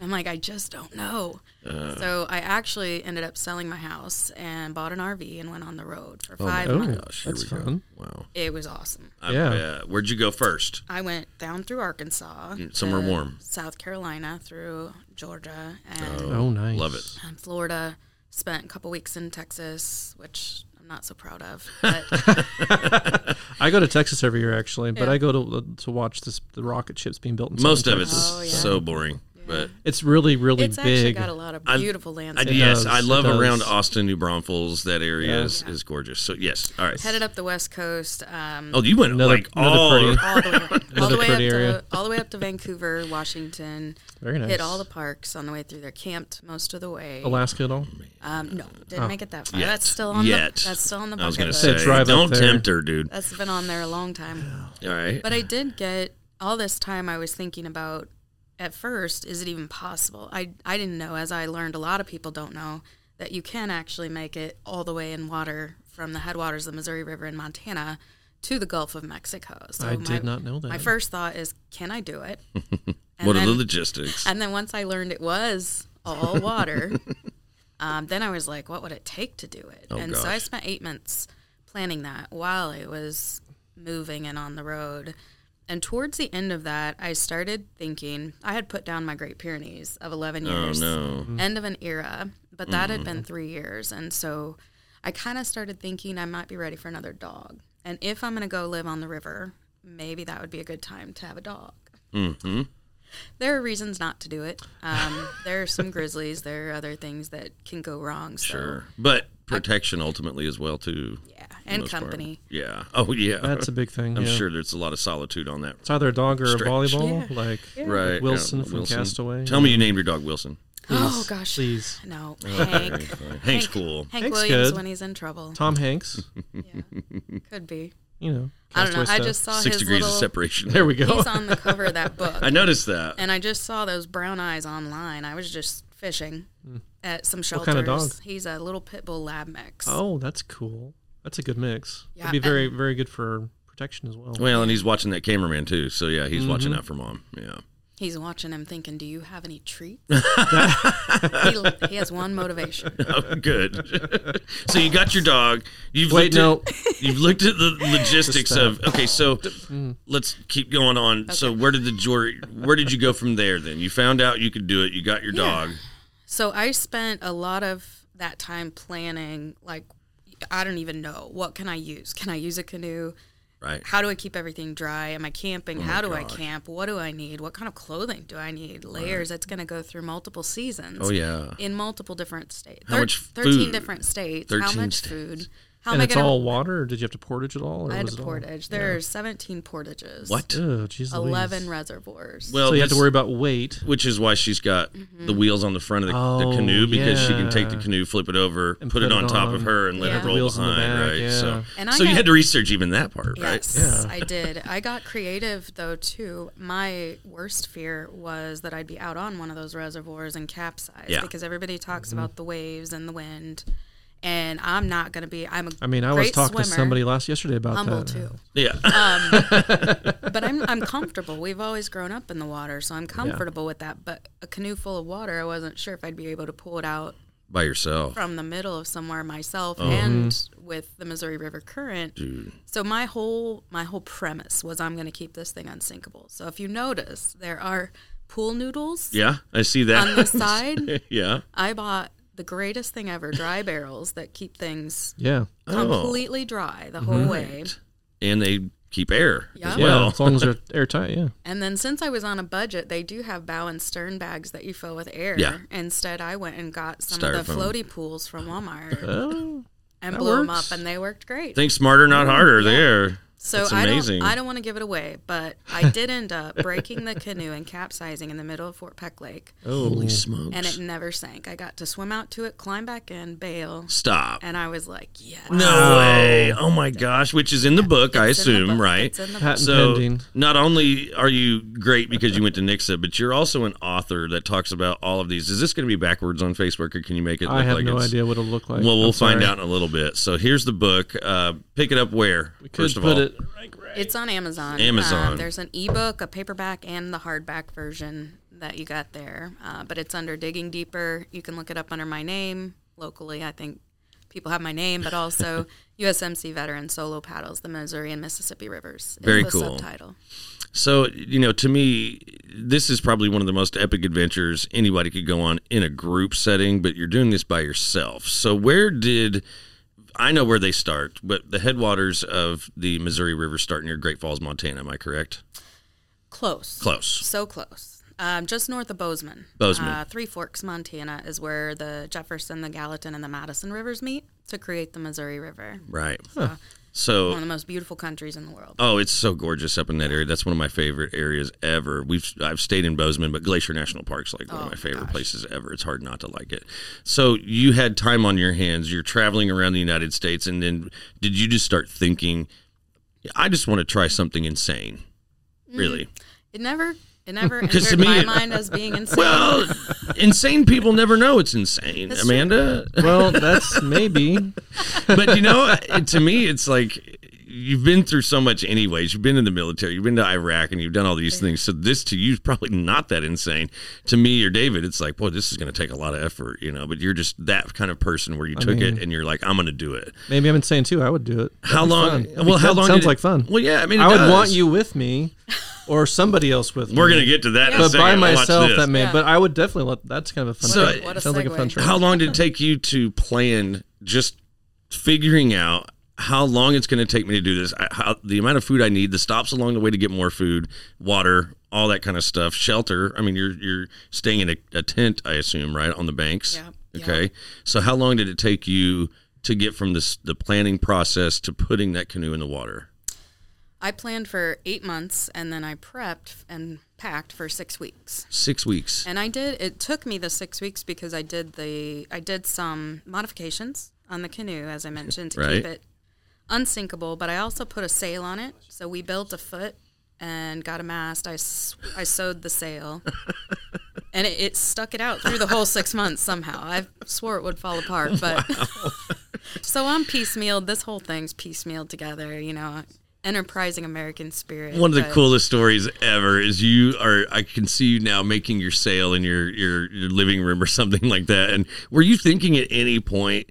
[SPEAKER 3] I'm like, I just don't know.
[SPEAKER 2] Uh.
[SPEAKER 3] so I actually ended up selling my house and bought an RV and went on the road for five
[SPEAKER 1] Oh,
[SPEAKER 3] months.
[SPEAKER 2] Gosh, here
[SPEAKER 1] that's
[SPEAKER 2] we go.
[SPEAKER 1] fun.
[SPEAKER 2] Wow.
[SPEAKER 3] It was awesome.
[SPEAKER 2] I
[SPEAKER 1] Yeah.
[SPEAKER 2] bet. Where'd you go first?
[SPEAKER 3] I went down through Arkansas,
[SPEAKER 2] Mm, Somewhere
[SPEAKER 3] to
[SPEAKER 2] warm.
[SPEAKER 3] South Carolina, through Georgia, and
[SPEAKER 1] Oh, nice.
[SPEAKER 2] Love it.
[SPEAKER 3] and Florida. Spent a couple weeks in Texas, which I'm not so proud of. But
[SPEAKER 1] I go to Texas every year, actually, but
[SPEAKER 3] Yeah.
[SPEAKER 1] I go to uh, to watch this the rocket ships being built. In
[SPEAKER 2] Most
[SPEAKER 1] southern
[SPEAKER 2] of it's
[SPEAKER 1] Texas.
[SPEAKER 3] Oh, yeah.
[SPEAKER 2] so boring, but
[SPEAKER 1] It's really, really
[SPEAKER 3] it's actually
[SPEAKER 1] big.
[SPEAKER 3] got a lot of
[SPEAKER 2] I-
[SPEAKER 3] beautiful
[SPEAKER 2] I,
[SPEAKER 3] landscapes.
[SPEAKER 2] yes,
[SPEAKER 1] does,
[SPEAKER 2] I
[SPEAKER 1] it
[SPEAKER 2] love
[SPEAKER 1] does.
[SPEAKER 2] around Austin, New Braunfels. That area
[SPEAKER 1] Yeah.
[SPEAKER 2] is, is gorgeous. So yes, all right.
[SPEAKER 3] Headed up the West Coast, um,
[SPEAKER 2] Oh, you went
[SPEAKER 1] Another-
[SPEAKER 2] like
[SPEAKER 1] another
[SPEAKER 2] all
[SPEAKER 1] pretty-
[SPEAKER 3] all the way, all
[SPEAKER 1] Another
[SPEAKER 3] the way up
[SPEAKER 1] pretty
[SPEAKER 3] to
[SPEAKER 1] area.
[SPEAKER 3] all the way up to Vancouver, Washington.
[SPEAKER 1] Very nice. Oh,
[SPEAKER 3] Hit all the parks on the way through there. Camped most of the way.
[SPEAKER 1] Alaska at all?
[SPEAKER 2] Oh,
[SPEAKER 3] Um, no, didn't
[SPEAKER 1] Oh.
[SPEAKER 3] make it that far.
[SPEAKER 2] Yet.
[SPEAKER 3] That's still on
[SPEAKER 2] Yet.
[SPEAKER 3] the that's still on the bucket
[SPEAKER 2] I was going to
[SPEAKER 3] list.
[SPEAKER 2] say,
[SPEAKER 1] Said drive up
[SPEAKER 2] don't
[SPEAKER 1] there.
[SPEAKER 2] tempt her, dude.
[SPEAKER 3] That's been on there a long time.
[SPEAKER 2] All right.
[SPEAKER 3] But I did get all this time I was thinking about at first, is it even possible? I I didn't know, as I learned a lot of people don't know, that you can actually make it all the way in water from the headwaters of the Missouri River in Montana to the Gulf of Mexico. So
[SPEAKER 1] I did not know that.
[SPEAKER 3] My first thought is, can I do it? And
[SPEAKER 2] what are the
[SPEAKER 3] then-
[SPEAKER 2] logistics?
[SPEAKER 3] and then once I learned it was all water, um, then I was like, what would it take to do it? and so I
[SPEAKER 2] Oh, gosh.
[SPEAKER 3] spent eight months planning that while I was moving and on the road. And towards the end of that, I started thinking I had put down my Great Pyrenees of 11
[SPEAKER 2] oh
[SPEAKER 3] years
[SPEAKER 2] no. Mm-hmm.
[SPEAKER 3] end of an era, but that had been three years. And so I kind of started thinking I might be ready for another dog. And if I'm going to go live on the river, maybe that would be a good time to have a dog.
[SPEAKER 2] Mm-hmm.
[SPEAKER 3] There are reasons not to do it. Um, there are some grizzlies. There are other things that can go wrong. So,
[SPEAKER 2] Sure. But protection ultimately as well too.
[SPEAKER 3] Yeah, and
[SPEAKER 2] most part.
[SPEAKER 3] company.
[SPEAKER 2] Yeah. Oh yeah.
[SPEAKER 1] That's a big thing.
[SPEAKER 2] I'm
[SPEAKER 1] yeah.
[SPEAKER 2] sure there's a lot of solitude on that.
[SPEAKER 1] It's either a dog or
[SPEAKER 2] Stretch.
[SPEAKER 1] a volleyball.
[SPEAKER 3] Yeah.
[SPEAKER 1] Like,
[SPEAKER 2] Right. yeah,
[SPEAKER 1] Wilson from Castaway,
[SPEAKER 2] Tell me you named your dog Wilson.
[SPEAKER 3] Oh gosh,
[SPEAKER 1] please.
[SPEAKER 3] no,
[SPEAKER 2] Oh,
[SPEAKER 3] Hank.
[SPEAKER 2] Hank's cool.
[SPEAKER 3] Hank
[SPEAKER 1] Hank's
[SPEAKER 3] Williams
[SPEAKER 1] good.
[SPEAKER 3] when he's in trouble.
[SPEAKER 1] Tom Hanks,
[SPEAKER 3] Could be.
[SPEAKER 1] you know.
[SPEAKER 3] I don't know.
[SPEAKER 1] Castaway
[SPEAKER 3] I
[SPEAKER 1] stuff.
[SPEAKER 3] just saw
[SPEAKER 2] Six
[SPEAKER 3] his
[SPEAKER 2] degrees
[SPEAKER 3] little.
[SPEAKER 2] of separation.
[SPEAKER 1] There we go.
[SPEAKER 3] He's on the cover of that book.
[SPEAKER 2] I noticed that.
[SPEAKER 3] and I just saw those brown eyes online. I was just fishing at some shelters.
[SPEAKER 1] Hmm. kind of dog?
[SPEAKER 3] He's a little pit bull lab mix.
[SPEAKER 1] Oh, that's cool. That's a good mix.
[SPEAKER 3] Yeah,
[SPEAKER 1] It'd be very, very good for protection as well.
[SPEAKER 2] well, and he's watching that cameraman too. So yeah, he's
[SPEAKER 1] Mm-hmm.
[SPEAKER 2] watching out for mom. Yeah.
[SPEAKER 3] He's watching him, thinking, "Do you have any treats?" he, he has one motivation.
[SPEAKER 2] Oh, good. so you got your dog. You've
[SPEAKER 1] Wait,
[SPEAKER 2] looked At, you've looked at the logistics
[SPEAKER 1] Just, uh, mm.
[SPEAKER 2] of okay. So let's keep going on. So where did the joy? Where did you go from there? Then you found out you could do it. You got your dog.
[SPEAKER 3] So I spent a lot of that time planning. Like, I don't even know what can I use. Can I use a canoe?
[SPEAKER 2] Right.
[SPEAKER 3] How do I keep everything dry? Am
[SPEAKER 2] Oh
[SPEAKER 3] I camping? How do I camp? What do I need? What kind of clothing do I need? Layers. That's going to go through multiple seasons.
[SPEAKER 2] Oh yeah.
[SPEAKER 3] in multiple different states.
[SPEAKER 2] How
[SPEAKER 3] Thir-
[SPEAKER 2] much food?
[SPEAKER 3] Thirteen different states.
[SPEAKER 2] 13
[SPEAKER 3] how much
[SPEAKER 2] states.
[SPEAKER 3] food? How
[SPEAKER 1] and
[SPEAKER 3] am I
[SPEAKER 1] it's
[SPEAKER 3] gonna?
[SPEAKER 1] all water, or did you have to portage it all? Or
[SPEAKER 3] I had
[SPEAKER 1] was
[SPEAKER 3] a
[SPEAKER 1] it all-
[SPEAKER 3] portage. There are seventeen portages.
[SPEAKER 2] What?
[SPEAKER 1] Oh, jeez. Louise.
[SPEAKER 3] Eleven reservoirs.
[SPEAKER 2] Well,
[SPEAKER 1] So you have to
[SPEAKER 2] this-
[SPEAKER 1] worry about weight.
[SPEAKER 2] Which is why she's got
[SPEAKER 3] Mm-hmm.
[SPEAKER 2] the wheels on the front of the, the
[SPEAKER 1] Oh,
[SPEAKER 2] canoe because she can take the
[SPEAKER 1] yeah.
[SPEAKER 2] canoe, flip it over, put,
[SPEAKER 1] And
[SPEAKER 2] it
[SPEAKER 1] put
[SPEAKER 2] on
[SPEAKER 1] it
[SPEAKER 2] top of
[SPEAKER 1] on.
[SPEAKER 2] her, and let
[SPEAKER 3] Yeah.
[SPEAKER 2] it
[SPEAKER 3] The
[SPEAKER 2] roll
[SPEAKER 1] wheels in the
[SPEAKER 2] behind.
[SPEAKER 1] back,
[SPEAKER 2] right.
[SPEAKER 1] yeah.
[SPEAKER 2] So,
[SPEAKER 3] And I
[SPEAKER 2] so you
[SPEAKER 3] got-
[SPEAKER 2] had to research even that part, right?
[SPEAKER 3] yes,
[SPEAKER 1] Yeah.
[SPEAKER 3] I did. I got creative though too. My worst fear was that I'd be out on one of those reservoirs and capsize
[SPEAKER 2] Yeah.
[SPEAKER 3] because everybody talks
[SPEAKER 1] Mm-hmm.
[SPEAKER 3] about the waves and the wind, and I'm not going to be. I'm a.
[SPEAKER 1] I mean, I was
[SPEAKER 3] great
[SPEAKER 1] talking
[SPEAKER 3] swimmer,
[SPEAKER 1] to somebody last yesterday about
[SPEAKER 3] Humble
[SPEAKER 1] that.
[SPEAKER 3] too.
[SPEAKER 2] Yeah.
[SPEAKER 3] Uh, but I'm I'm comfortable. We've always grown up in the water, so I'm comfortable with that. But a canoe full of water, I wasn't sure if I'd be able to pull it out
[SPEAKER 2] By yourself.
[SPEAKER 3] from the middle of somewhere
[SPEAKER 2] Oh.
[SPEAKER 3] myself
[SPEAKER 2] Mm-hmm.
[SPEAKER 3] and with the Missouri River current. So my whole my whole premise was I'm going to keep this thing unsinkable. So if you notice, there are pool noodles
[SPEAKER 2] Yeah, I see
[SPEAKER 3] on the
[SPEAKER 2] that.
[SPEAKER 3] side.
[SPEAKER 2] yeah.
[SPEAKER 3] I bought the greatest thing ever, dry barrels that keep things
[SPEAKER 1] Yeah.
[SPEAKER 2] Oh.
[SPEAKER 3] completely dry the whole way.
[SPEAKER 2] and they keep air as
[SPEAKER 3] Yeah.
[SPEAKER 1] Yeah,
[SPEAKER 2] well.
[SPEAKER 1] as long as they're airtight, yeah.
[SPEAKER 3] And then since I was on a budget, they do have bow and stern bags that you fill with air.
[SPEAKER 2] Yeah.
[SPEAKER 3] Instead, I went and got some of the
[SPEAKER 2] Styrofoam.
[SPEAKER 3] floaty pools from Walmart
[SPEAKER 1] Oh,
[SPEAKER 3] and blew them up,
[SPEAKER 1] works.
[SPEAKER 3] and they worked great.
[SPEAKER 2] Think smarter, not harder. There.
[SPEAKER 3] So
[SPEAKER 2] That's
[SPEAKER 3] I
[SPEAKER 2] amazing.
[SPEAKER 3] don't I don't want to give it away, but I did end up breaking the canoe and capsizing in the middle of Fort Peck Lake,
[SPEAKER 1] Oh,
[SPEAKER 2] Holy smokes!
[SPEAKER 3] and it never sank. I got to swim out to it, climb back in, bail,
[SPEAKER 2] Stop.
[SPEAKER 3] and I was like, yeah,
[SPEAKER 2] No way. Oh my gosh, which is in the book, I
[SPEAKER 3] it's in the
[SPEAKER 2] assume,
[SPEAKER 3] book.
[SPEAKER 2] right?
[SPEAKER 3] It's in the book.
[SPEAKER 1] Patent
[SPEAKER 2] So
[SPEAKER 1] pending.
[SPEAKER 2] not only are you great because you went to Nixa, but you're also an author that talks about all of these. Is this going to be backwards on Facebook, or can you make it? Look
[SPEAKER 1] I have
[SPEAKER 2] like
[SPEAKER 1] no
[SPEAKER 2] it's-
[SPEAKER 1] idea what it'll look like.
[SPEAKER 2] Well, we'll
[SPEAKER 1] I'm
[SPEAKER 2] find
[SPEAKER 1] sorry.
[SPEAKER 2] out in a little bit. So here's the book. Uh, pick it up where?
[SPEAKER 1] We could
[SPEAKER 2] first of
[SPEAKER 1] put
[SPEAKER 2] all,
[SPEAKER 1] it.
[SPEAKER 3] It's on Amazon.
[SPEAKER 2] Amazon.
[SPEAKER 3] Um, there's an ebook, a paperback, and the hardback version that you got there. Uh, but it's under Digging Deeper. You can look it up under my name locally. I think people have my name, but also USMC Veteran Solo Paddles the Missouri and Mississippi Rivers. Is
[SPEAKER 2] Very
[SPEAKER 3] the
[SPEAKER 2] cool.
[SPEAKER 3] Subtitle.
[SPEAKER 2] So, you know, to me, this is probably one of the most epic adventures anybody could go on in a group setting, but you're doing this by yourself. So, where did I know where they start, but the headwaters of the Missouri River start near Great Falls, Montana. Am I correct?
[SPEAKER 3] Close.
[SPEAKER 2] Close.
[SPEAKER 3] So close. Um, just north of Bozeman.
[SPEAKER 2] Bozeman.
[SPEAKER 3] Uh, Three Forks, Montana is where the Jefferson, the Gallatin, and the Madison rivers meet to create the Missouri River.
[SPEAKER 2] Right.
[SPEAKER 1] Huh.
[SPEAKER 2] So,
[SPEAKER 3] One of the most beautiful countries in the world.
[SPEAKER 2] Oh, it's so gorgeous up in that area. That's one of my favorite areas ever. We've I've stayed in Bozeman, but Glacier National Park's like one of my
[SPEAKER 3] Oh,
[SPEAKER 2] favorite places ever. It's hard not to like it. So you had time on your hands. You're traveling around the United States, and then did you just start thinking, I just want to try something insane?
[SPEAKER 3] Mm.
[SPEAKER 2] Really?
[SPEAKER 3] It never, it never
[SPEAKER 2] 'Cause to
[SPEAKER 3] entered
[SPEAKER 2] me
[SPEAKER 3] my
[SPEAKER 2] it-
[SPEAKER 3] mind as being insane.
[SPEAKER 2] Well, insane people never know it's insane,
[SPEAKER 3] That's true.
[SPEAKER 2] Amanda.
[SPEAKER 1] Well, that's maybe.
[SPEAKER 2] but you know, to me, it's like you've been through so much, anyways. You've been in the military, you've been to Iraq, and you've done all these things. So this to you is probably not that insane. To me or David, it's like, boy, this is going to take a lot of effort, you know. But you're just that kind of person where you took it and you're like, I'm going to do it.
[SPEAKER 1] Maybe I'm insane too. I would do it.
[SPEAKER 2] How long?
[SPEAKER 1] fun.
[SPEAKER 2] Well, how
[SPEAKER 1] That
[SPEAKER 2] long?
[SPEAKER 1] sounds
[SPEAKER 2] did it-
[SPEAKER 1] like fun.
[SPEAKER 2] Well, yeah. I mean, it
[SPEAKER 1] I would
[SPEAKER 2] does.
[SPEAKER 1] want you with me, or somebody else with me.
[SPEAKER 2] We're going to get to that. in a
[SPEAKER 1] But
[SPEAKER 2] second.
[SPEAKER 1] by
[SPEAKER 2] Watch
[SPEAKER 1] myself,
[SPEAKER 2] this.
[SPEAKER 1] that may.
[SPEAKER 3] Yeah.
[SPEAKER 1] But I would definitely let. That's kind of a fun.
[SPEAKER 2] So-
[SPEAKER 1] trip.
[SPEAKER 3] What a
[SPEAKER 1] sounds like a fun
[SPEAKER 3] segue.
[SPEAKER 1] trip.
[SPEAKER 2] How long did it take you to plan just figuring out how long it's going to take me to do this? I, how, the amount of food I need, the stops along the way to get more food, water, all that kind of stuff, shelter. I mean, you're you're staying in a, a tent, I assume, right on the banks.
[SPEAKER 3] Yeah, yeah.
[SPEAKER 2] Okay. So how long did it take you to get from this the planning process to putting that canoe in the water?
[SPEAKER 3] I planned for eight months and then I prepped and packed for six weeks.
[SPEAKER 2] Six weeks.
[SPEAKER 3] And I did, it took me the six weeks because I did the, I did some modifications on the canoe, as I mentioned, to
[SPEAKER 2] Right.
[SPEAKER 3] keep it unsinkable, but I also put a sail on it. So we built a foot and got a mast. I, s- I sewed the sail and it, it stuck it out through the whole six months somehow. I swore it would fall apart, but so I'm piecemealed. This whole thing's piecemealed together, you know, enterprising American spirit.
[SPEAKER 2] One of the
[SPEAKER 3] but-
[SPEAKER 2] coolest stories ever is you are. I can see you now making your sale in your, your your living room or something like that. And were you thinking at any point,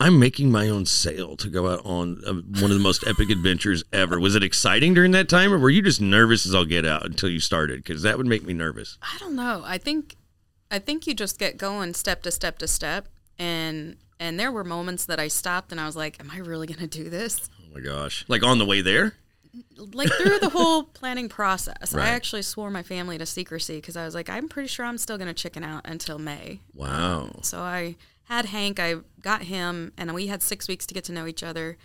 [SPEAKER 2] I'm making my own sale to go out on uh, one of the most epic adventures ever? Was it exciting during that time, or were you just nervous as I'll get out until you started? Because that would make me nervous.
[SPEAKER 3] I don't know. I think I think you just get going step to step to step and and there were moments that I stopped and I was like, am I really going to do this?
[SPEAKER 2] Oh my gosh! Like on the way there,
[SPEAKER 3] Like through the whole planning process.
[SPEAKER 2] Right.
[SPEAKER 3] I actually swore my family to secrecy cuz I was like, I'm pretty sure I'm still going to chicken out until May.
[SPEAKER 2] wow.
[SPEAKER 3] So I had Hank, I got him and we had 6 weeks to get to know each other.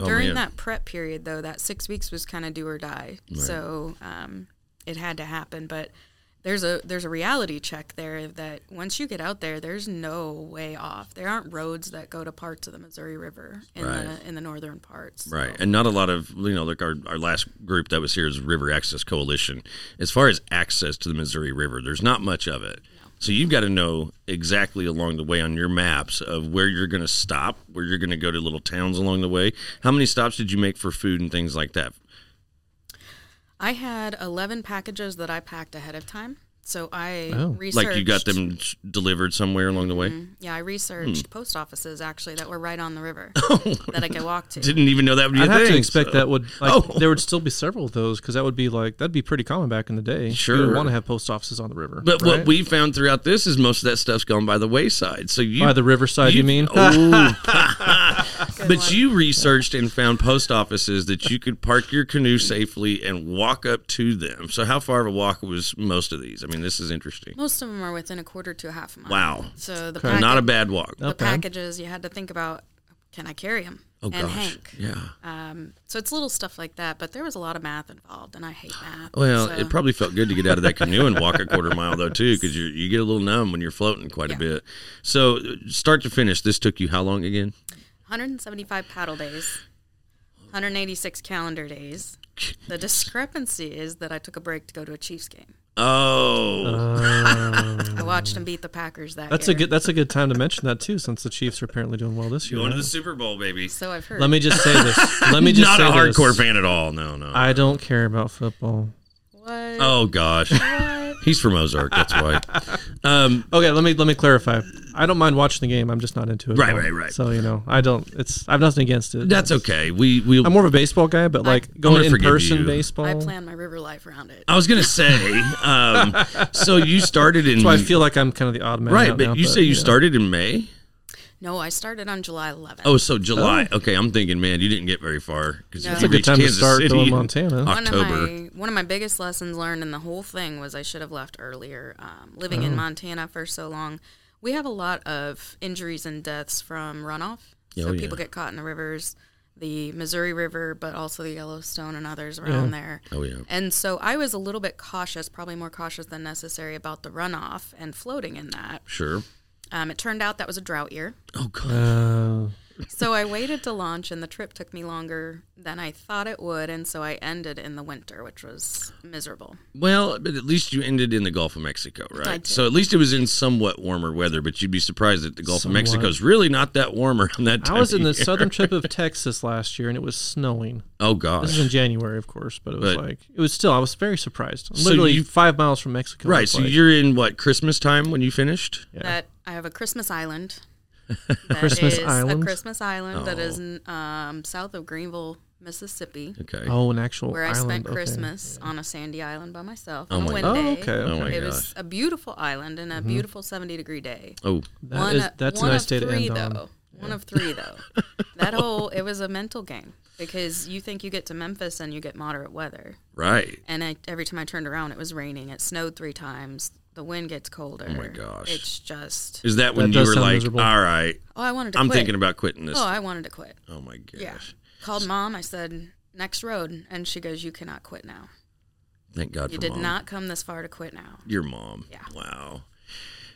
[SPEAKER 2] Oh,
[SPEAKER 3] During
[SPEAKER 2] man.
[SPEAKER 3] that prep period though, that 6 weeks was kind of do or die. So um it had to happen, but there's a there's a reality check there that once you get out there, there's no way off. There aren't roads that go to parts of the Missouri River in
[SPEAKER 2] Right.
[SPEAKER 3] the in the northern parts.
[SPEAKER 2] Right. And not a lot of, you know, like our, our last group that was here is River Access Coalition. As far as access to the Missouri River, there's not much of it. So you've got to know exactly along the way on your maps of where you're going to stop, where you're going to go to little towns along the way. How many stops did you make for food and things like that?
[SPEAKER 3] I had 11 packages that I packed ahead of time. So I
[SPEAKER 1] Oh.
[SPEAKER 3] researched
[SPEAKER 2] Like you got them Hmm. s- delivered somewhere along the way?
[SPEAKER 3] Yeah, I researched post offices actually that were right on the river
[SPEAKER 2] Oh,
[SPEAKER 3] that I could walk to.
[SPEAKER 2] Didn't even know that would be
[SPEAKER 1] I'd
[SPEAKER 2] a
[SPEAKER 1] have
[SPEAKER 2] thing,
[SPEAKER 1] to expect
[SPEAKER 2] so-
[SPEAKER 1] that would like
[SPEAKER 2] Oh.
[SPEAKER 1] there would still be several of those because that would be like that'd be pretty common back in the day. you
[SPEAKER 2] Sure.
[SPEAKER 1] would want to have post offices on the river.
[SPEAKER 2] But
[SPEAKER 1] right?
[SPEAKER 2] what we found throughout this is most of that stuff's gone by the wayside. So you Oh,
[SPEAKER 1] by the riverside, you, mean?
[SPEAKER 2] Ooh. but you researched and found post offices that you could park your canoe safely and walk up to them. So how far of a walk was most of these? I mean, this is interesting.
[SPEAKER 3] Most of them are within a quarter to a half mile.
[SPEAKER 2] Wow.
[SPEAKER 3] So the
[SPEAKER 2] Not a
[SPEAKER 3] packet-
[SPEAKER 2] bad walk.
[SPEAKER 3] the
[SPEAKER 1] Okay.
[SPEAKER 3] packages you had to think about can I carry them?
[SPEAKER 2] Oh
[SPEAKER 3] and
[SPEAKER 2] gosh.
[SPEAKER 3] Hank.
[SPEAKER 2] Yeah.
[SPEAKER 3] Um, so it's little stuff like that, but there was a lot of math involved, and I hate math.
[SPEAKER 2] Well,
[SPEAKER 3] so-
[SPEAKER 2] it probably felt good to get out of that canoe and walk a quarter mile though too, because you you get a little numb when you're floating quite a
[SPEAKER 3] Yeah.
[SPEAKER 2] bit. So uh, start to finish, this took you how long again?
[SPEAKER 3] 175 paddle days, 186 calendar days. The discrepancy is that I took a break to go to a Chiefs game.
[SPEAKER 1] Uh,
[SPEAKER 2] Oh,
[SPEAKER 3] I watched them beat the Packers that
[SPEAKER 1] That's
[SPEAKER 3] year.
[SPEAKER 1] a good. That's a good time to mention that too, since the Chiefs are apparently doing well this year.
[SPEAKER 2] going to the Super Bowl, baby.
[SPEAKER 3] So I've heard.
[SPEAKER 1] Let me just say this. Let me just
[SPEAKER 2] Not
[SPEAKER 1] say
[SPEAKER 2] a hardcore
[SPEAKER 1] this.
[SPEAKER 2] fan at all. No, no.
[SPEAKER 1] I don't care about football.
[SPEAKER 3] what?
[SPEAKER 2] oh gosh,
[SPEAKER 3] What?
[SPEAKER 2] he's from Ozark. That's why. Um,
[SPEAKER 1] Okay, let me let me clarify. I don't mind watching the game. I'm just not into it.
[SPEAKER 2] Right, right, right.
[SPEAKER 1] So you know, I don't. It's I have nothing against it.
[SPEAKER 2] that's okay. We we.
[SPEAKER 1] I'm more of a baseball guy, but like going
[SPEAKER 2] gonna
[SPEAKER 1] in
[SPEAKER 2] forgive
[SPEAKER 1] person
[SPEAKER 2] you.
[SPEAKER 1] baseball.
[SPEAKER 3] I plan my river life around it.
[SPEAKER 2] I was gonna say. Um, so you started in
[SPEAKER 1] So I feel like I'm kind of the odd man.
[SPEAKER 2] right,
[SPEAKER 1] out
[SPEAKER 2] but
[SPEAKER 1] now,
[SPEAKER 2] you say you
[SPEAKER 1] know.
[SPEAKER 2] started in May.
[SPEAKER 3] No, I started on July 11th.
[SPEAKER 2] Oh, so July. Okay, I'm thinking, man, you didn't get very far because
[SPEAKER 3] No.
[SPEAKER 2] you
[SPEAKER 3] That's a
[SPEAKER 1] good
[SPEAKER 2] reached
[SPEAKER 1] time to
[SPEAKER 2] Kansas
[SPEAKER 1] start
[SPEAKER 2] City
[SPEAKER 1] going
[SPEAKER 2] in
[SPEAKER 1] Montana. One
[SPEAKER 3] one of
[SPEAKER 2] October.
[SPEAKER 3] my one of my biggest lessons learned in the whole thing was I should have left earlier. Um, living
[SPEAKER 2] Oh.
[SPEAKER 3] in Montana for so long, we have a lot of injuries and deaths from runoff. So
[SPEAKER 2] Oh, yeah.
[SPEAKER 3] people get caught in the rivers, the Missouri River, but also the Yellowstone and others around there.
[SPEAKER 2] Oh yeah.
[SPEAKER 3] And so I was a little bit cautious, probably more cautious than necessary, about the runoff and floating in that.
[SPEAKER 2] Sure.
[SPEAKER 3] Um, it turned out that was a drought year.
[SPEAKER 2] Oh god.
[SPEAKER 1] Uh,
[SPEAKER 3] So I waited to launch, and the trip took me longer than I thought it would. And so I ended in the winter, which was miserable.
[SPEAKER 2] Well, but at least you ended in the Gulf of Mexico,
[SPEAKER 3] I
[SPEAKER 2] right?
[SPEAKER 3] did.
[SPEAKER 2] So at least it was in somewhat warmer weather, but you'd be surprised that the Gulf
[SPEAKER 1] Somewhat.
[SPEAKER 2] of Mexico is really not that warm around that time.
[SPEAKER 1] I was
[SPEAKER 2] of
[SPEAKER 1] in the
[SPEAKER 2] year.
[SPEAKER 1] southern tip of Texas last year, and it was snowing.
[SPEAKER 2] Oh
[SPEAKER 1] This
[SPEAKER 2] gosh.
[SPEAKER 1] is in January, of course, but it was
[SPEAKER 2] But-
[SPEAKER 1] like it was still. I was very surprised. Literally
[SPEAKER 2] you-
[SPEAKER 1] five miles from Mexico.
[SPEAKER 2] right.
[SPEAKER 1] It's
[SPEAKER 2] So
[SPEAKER 1] like,
[SPEAKER 2] you're in what Christmas time when you finished?
[SPEAKER 1] Yeah.
[SPEAKER 3] that I have a Christmas island. that
[SPEAKER 1] Christmas
[SPEAKER 3] is
[SPEAKER 1] island?
[SPEAKER 3] A Christmas island that is
[SPEAKER 2] Oh.
[SPEAKER 3] n- um, south of Greenville, Mississippi,
[SPEAKER 2] Okay.
[SPEAKER 1] oh an actual
[SPEAKER 3] where I
[SPEAKER 1] island.
[SPEAKER 3] spent
[SPEAKER 1] okay.
[SPEAKER 3] Christmas on a sandy island by myself
[SPEAKER 2] Oh
[SPEAKER 3] on
[SPEAKER 2] my
[SPEAKER 3] a wind
[SPEAKER 1] Oh,
[SPEAKER 3] day.
[SPEAKER 1] okay. okay.
[SPEAKER 2] Oh my
[SPEAKER 3] It
[SPEAKER 2] gosh.
[SPEAKER 3] was a beautiful island and a beautiful 70 degree day.
[SPEAKER 2] oh.
[SPEAKER 1] That
[SPEAKER 3] one
[SPEAKER 1] is- that's a
[SPEAKER 3] one
[SPEAKER 1] nice
[SPEAKER 3] of
[SPEAKER 1] day to
[SPEAKER 3] three,
[SPEAKER 1] end on.
[SPEAKER 3] though. One of three, though. that whole, it was a mental game because you think you get to Memphis and you get moderate weather.
[SPEAKER 2] Right.
[SPEAKER 3] And I, every time I turned around, it was raining. It snowed three times. The wind gets colder. Oh,
[SPEAKER 2] my gosh.
[SPEAKER 3] It's just,
[SPEAKER 2] Is that when
[SPEAKER 1] That
[SPEAKER 2] you
[SPEAKER 1] does
[SPEAKER 2] were
[SPEAKER 1] sound
[SPEAKER 2] like,
[SPEAKER 1] miserable.
[SPEAKER 2] all right,
[SPEAKER 3] oh, I wanted to
[SPEAKER 2] I'm
[SPEAKER 3] quit.
[SPEAKER 2] thinking about quitting this?
[SPEAKER 3] Oh,
[SPEAKER 2] Oh,
[SPEAKER 3] I wanted to quit.
[SPEAKER 2] my gosh.
[SPEAKER 3] Yeah. Called mom. I said, next road. And she goes, you cannot quit now.
[SPEAKER 2] Thank God
[SPEAKER 3] You
[SPEAKER 2] for
[SPEAKER 3] did
[SPEAKER 2] mom.
[SPEAKER 3] not come this far to quit now.
[SPEAKER 2] Your mom.
[SPEAKER 3] Yeah.
[SPEAKER 2] Wow.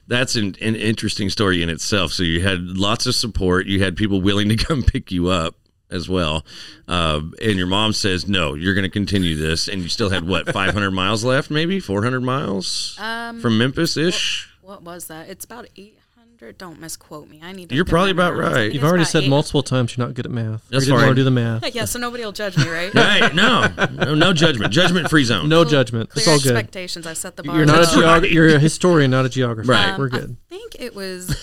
[SPEAKER 2] That's an, an interesting story in itself. So you had lots of support. You had people willing to come pick you up as well. Uh, and your mom says, no, you're going to continue this. And you still had what, 500 miles left, maybe 400 miles
[SPEAKER 3] Um,
[SPEAKER 2] from Memphis ish?
[SPEAKER 3] What was that? It's about 800. Don't misquote me. I need to.
[SPEAKER 2] You're
[SPEAKER 3] look at
[SPEAKER 2] probably
[SPEAKER 3] my
[SPEAKER 2] about
[SPEAKER 3] numbers. I
[SPEAKER 2] right.
[SPEAKER 3] think
[SPEAKER 1] You've
[SPEAKER 3] it's
[SPEAKER 1] already
[SPEAKER 3] about
[SPEAKER 1] said
[SPEAKER 3] 800.
[SPEAKER 1] multiple times you're not good at math.
[SPEAKER 2] That's
[SPEAKER 1] you didn't
[SPEAKER 2] fine.
[SPEAKER 1] want to do the math.
[SPEAKER 3] Yeah, so nobody will judge me, right?
[SPEAKER 2] Right. No, no, no judgment. Judgment free zone.
[SPEAKER 1] No judgment.
[SPEAKER 3] Clear
[SPEAKER 1] It's all good.
[SPEAKER 3] expectations. I set the bar.
[SPEAKER 1] You're not a
[SPEAKER 3] low.
[SPEAKER 1] geog- You're a historian, not a geographer.
[SPEAKER 2] Right.
[SPEAKER 1] We're good.
[SPEAKER 3] I think it was.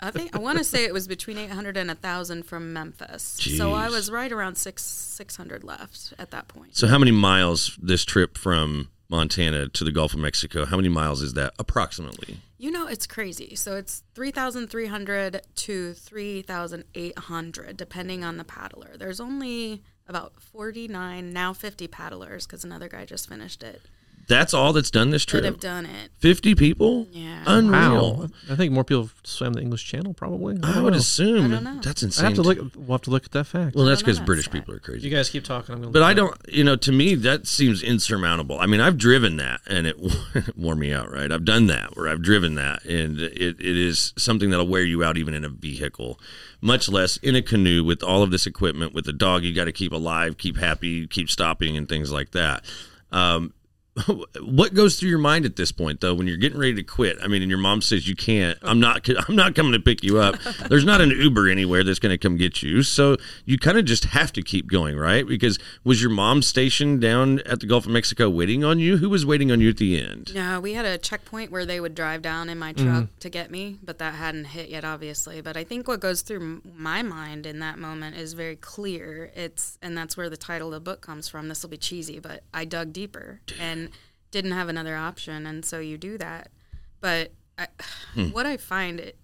[SPEAKER 3] I think I want to say it was between 800 and 1,000 from Memphis. So I
[SPEAKER 2] Jeez.
[SPEAKER 3] was right around six 600 left at that point.
[SPEAKER 2] So how many miles this trip from Montana to the Gulf of Mexico? How many miles is that approximately?
[SPEAKER 3] You know, it's crazy. So it's 3,300 to 3,800, depending on the paddler. There's only about 49, now 50 paddlers, because another guy just finished it,
[SPEAKER 2] That's all that's done this
[SPEAKER 3] that have
[SPEAKER 2] trip.
[SPEAKER 3] done it.
[SPEAKER 2] 50 people?
[SPEAKER 3] Yeah.
[SPEAKER 2] Unreal.
[SPEAKER 1] Wow. I think more people swam the English Channel probably.
[SPEAKER 2] I
[SPEAKER 1] don't
[SPEAKER 2] would
[SPEAKER 1] know.
[SPEAKER 2] assume
[SPEAKER 3] I don't know.
[SPEAKER 2] that's
[SPEAKER 1] I
[SPEAKER 2] insane.
[SPEAKER 1] have to look. We'll have to look at that fact.
[SPEAKER 2] Well, that's
[SPEAKER 3] don't know
[SPEAKER 2] because
[SPEAKER 3] that
[SPEAKER 2] British
[SPEAKER 3] stat.
[SPEAKER 2] people are crazy.
[SPEAKER 1] you guys keep talking. I'm gonna
[SPEAKER 2] But
[SPEAKER 1] look
[SPEAKER 2] I
[SPEAKER 1] it up.
[SPEAKER 2] don't, you know, to me that seems insurmountable. I mean, I've driven that and it wore me out, right? I've done that where I've driven that and it, it is something that'll wear you out even in a vehicle, much less in a canoe with all of this equipment with a dog you got to keep alive, keep happy, keep stopping and things like that. Um, what goes through your mind at this point though when you're getting ready to quit i mean and your mom says you can't i'm not i'm not coming to pick you up there's not an uber anywhere that's going to come get you so you kind of just have to keep going right because was your mom stationed down at the gulf of mexico waiting on you who was waiting on you at the end
[SPEAKER 3] No, we had a checkpoint where they would drive down in my truck to get me, but that hadn't hit yet, obviously. But I think what goes through m- my mind in that moment is very clear. It's and that's where the title of the book comes from. This will be cheesy, but I dug deeper and didn't have another option, and so you do that. But I, what I find it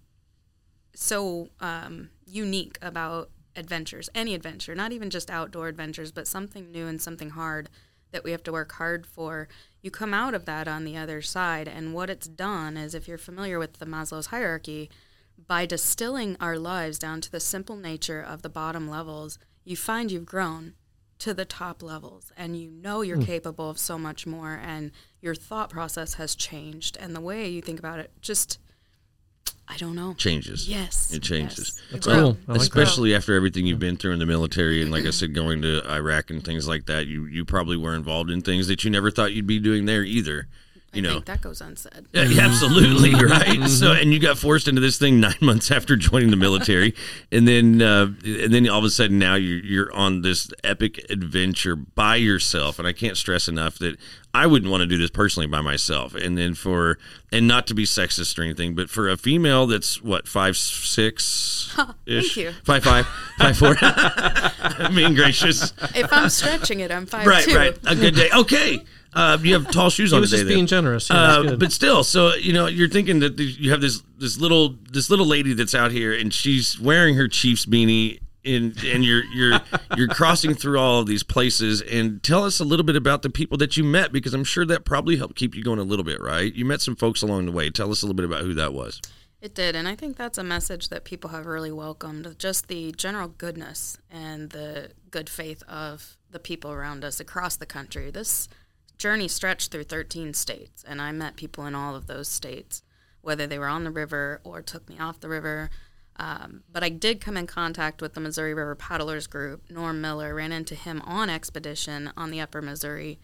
[SPEAKER 3] so um, unique about adventures, any adventure, not even just outdoor adventures, but something new and something hard that we have to work hard for. You come out of that on the other side, and what it's done is if you're familiar with the Maslow's hierarchy, by distilling our lives down to the simple nature of the bottom levels, you find you've grown to the top levels and you know you're capable of so much more and your thought process has changed and the way you think about it just I don't know.
[SPEAKER 2] changes.
[SPEAKER 3] Yes.
[SPEAKER 2] It changes.
[SPEAKER 3] yes.
[SPEAKER 1] That's
[SPEAKER 3] You grow.
[SPEAKER 1] cool. I like that.
[SPEAKER 2] Especially after everything you've been through in the military, and like I said, going to Iraq and things like that, you you probably were involved in things that you never thought you'd be doing there either. You
[SPEAKER 3] I
[SPEAKER 2] know,
[SPEAKER 3] think that goes unsaid.
[SPEAKER 2] Yeah,
[SPEAKER 1] Mm-hmm.
[SPEAKER 2] yeah, absolutely right. So, and you got forced into this thing nine months after joining the military, and then uh, and then all of a sudden now you're you're on this epic adventure by yourself. And I can't stress enough that I wouldn't want to do this personally by myself. And then for and not to be sexist or anything, but for a female that's what five six,
[SPEAKER 3] thank you.
[SPEAKER 2] five five five four, being gracious,
[SPEAKER 3] If I'm stretching it, I'm five
[SPEAKER 2] right,
[SPEAKER 3] two.
[SPEAKER 2] right, a good day. Okay. Uh, you have tall shoes on
[SPEAKER 1] was
[SPEAKER 2] today.
[SPEAKER 1] just
[SPEAKER 2] then.
[SPEAKER 1] being generous. Yeah, that's
[SPEAKER 2] Uh,
[SPEAKER 1] good.
[SPEAKER 2] but still, so you know, you're thinking that th- you have this this little this little lady that's out here, and she's wearing her Chiefs beanie, and and you're you're you're crossing through all of these places. And tell us a little bit about the people that you met, because I'm sure that probably helped keep you going a little bit, right? You met some folks along the way. Tell us a little bit about who that was.
[SPEAKER 3] It did, and I think that's a message that people have really welcomed just the general goodness and the good faith of the people around us across the country. This journey stretched through 13 states, and I met people in all of those states, whether they were on the river or took me off the river. Um, but I did come in contact with the Missouri River Paddlers Group. Norm Miller ran into him on expedition on the Upper Missouri